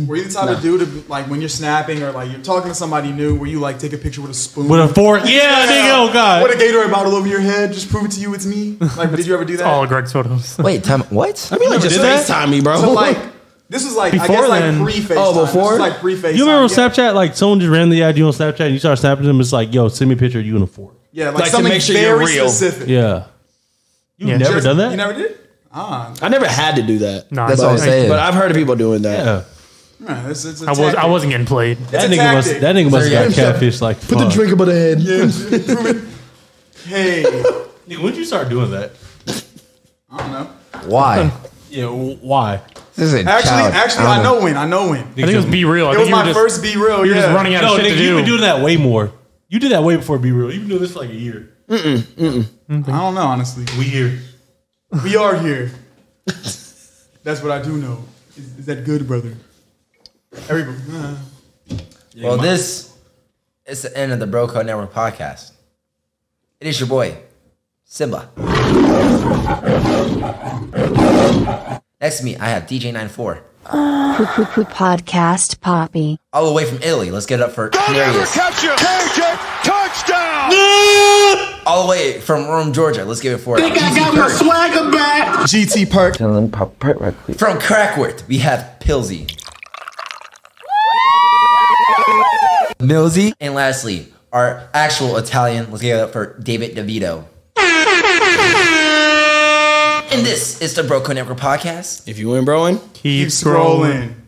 were you the type of dude to, like when you're snapping or like you're talking to somebody new, where you like take a picture with a spoon?
with a fork. Yeah, nigga. Oh god.
With a Gatorade bottle over your head, just prove it to you it's me. Like, did you ever do that?
All of Greg's photos.
Wait, time. What?
I mean, like just
did that?
FaceTime me, bro.
So like, this is like I
Before
guess
then-
like pre FaceTime.
Oh, before?
this is, like pre FaceTime.
You remember on
yeah.
Snapchat? Like someone just randomly added you on Snapchat, and you start snapping them. It's like, yo, send me a picture of you in a fork.
Yeah, like,
Like, to
something
make sure you're
very
real.
specific.
Yeah. You
Yeah.
never
Just-
done that?
You never did? Ah,
I never had to do that.
Nah,
That's
but-
what I'm saying.
But I've heard of people doing that.
yeah.
yeah, it's, it's a
I was I
tactic.
wasn't getting played.
That
It's a
nigga must.
tactic.
That nigga must
yeah.
have got catfish like. Put
above the head. Yeah.
Hey,
Nigga, when'd you start doing that?
I don't know.
Why?
Yeah. w- Why?
This is a
Actually,
child.
actually,
don't
I know when. I know when.
I think it was be real. I
It
think
was
you were
my
just,
first B real.
You were
yeah.
just running out
No,
of shit
nigga,
to
you've
do.
been doing that way more. You did that way before Be Real. You've been doing this for like a year.
I don't know, honestly.
We here.
We are here. That's what I do know. Is, is that good, brother? Everybody. uh,
Well, this is the end of the Bro Code Network podcast. It is your boy, Simba. Next to me, I have DJ94,
Podcast Poppy.
all the way from Italy. Let's get it up for
Don't ever
Canarius.
catch him. KJ, touchdown.
All the way from Rome, Georgia. Let's give it for Easy Perk.
swagger back. GT Perk.
From Crackworth, we have Pilsy. Millsy. And lastly, our actual Italian. Let's give it up for David DeVito. And this is the Broco Network Podcast.
If you win, broin.
Keep
Keep scrolling.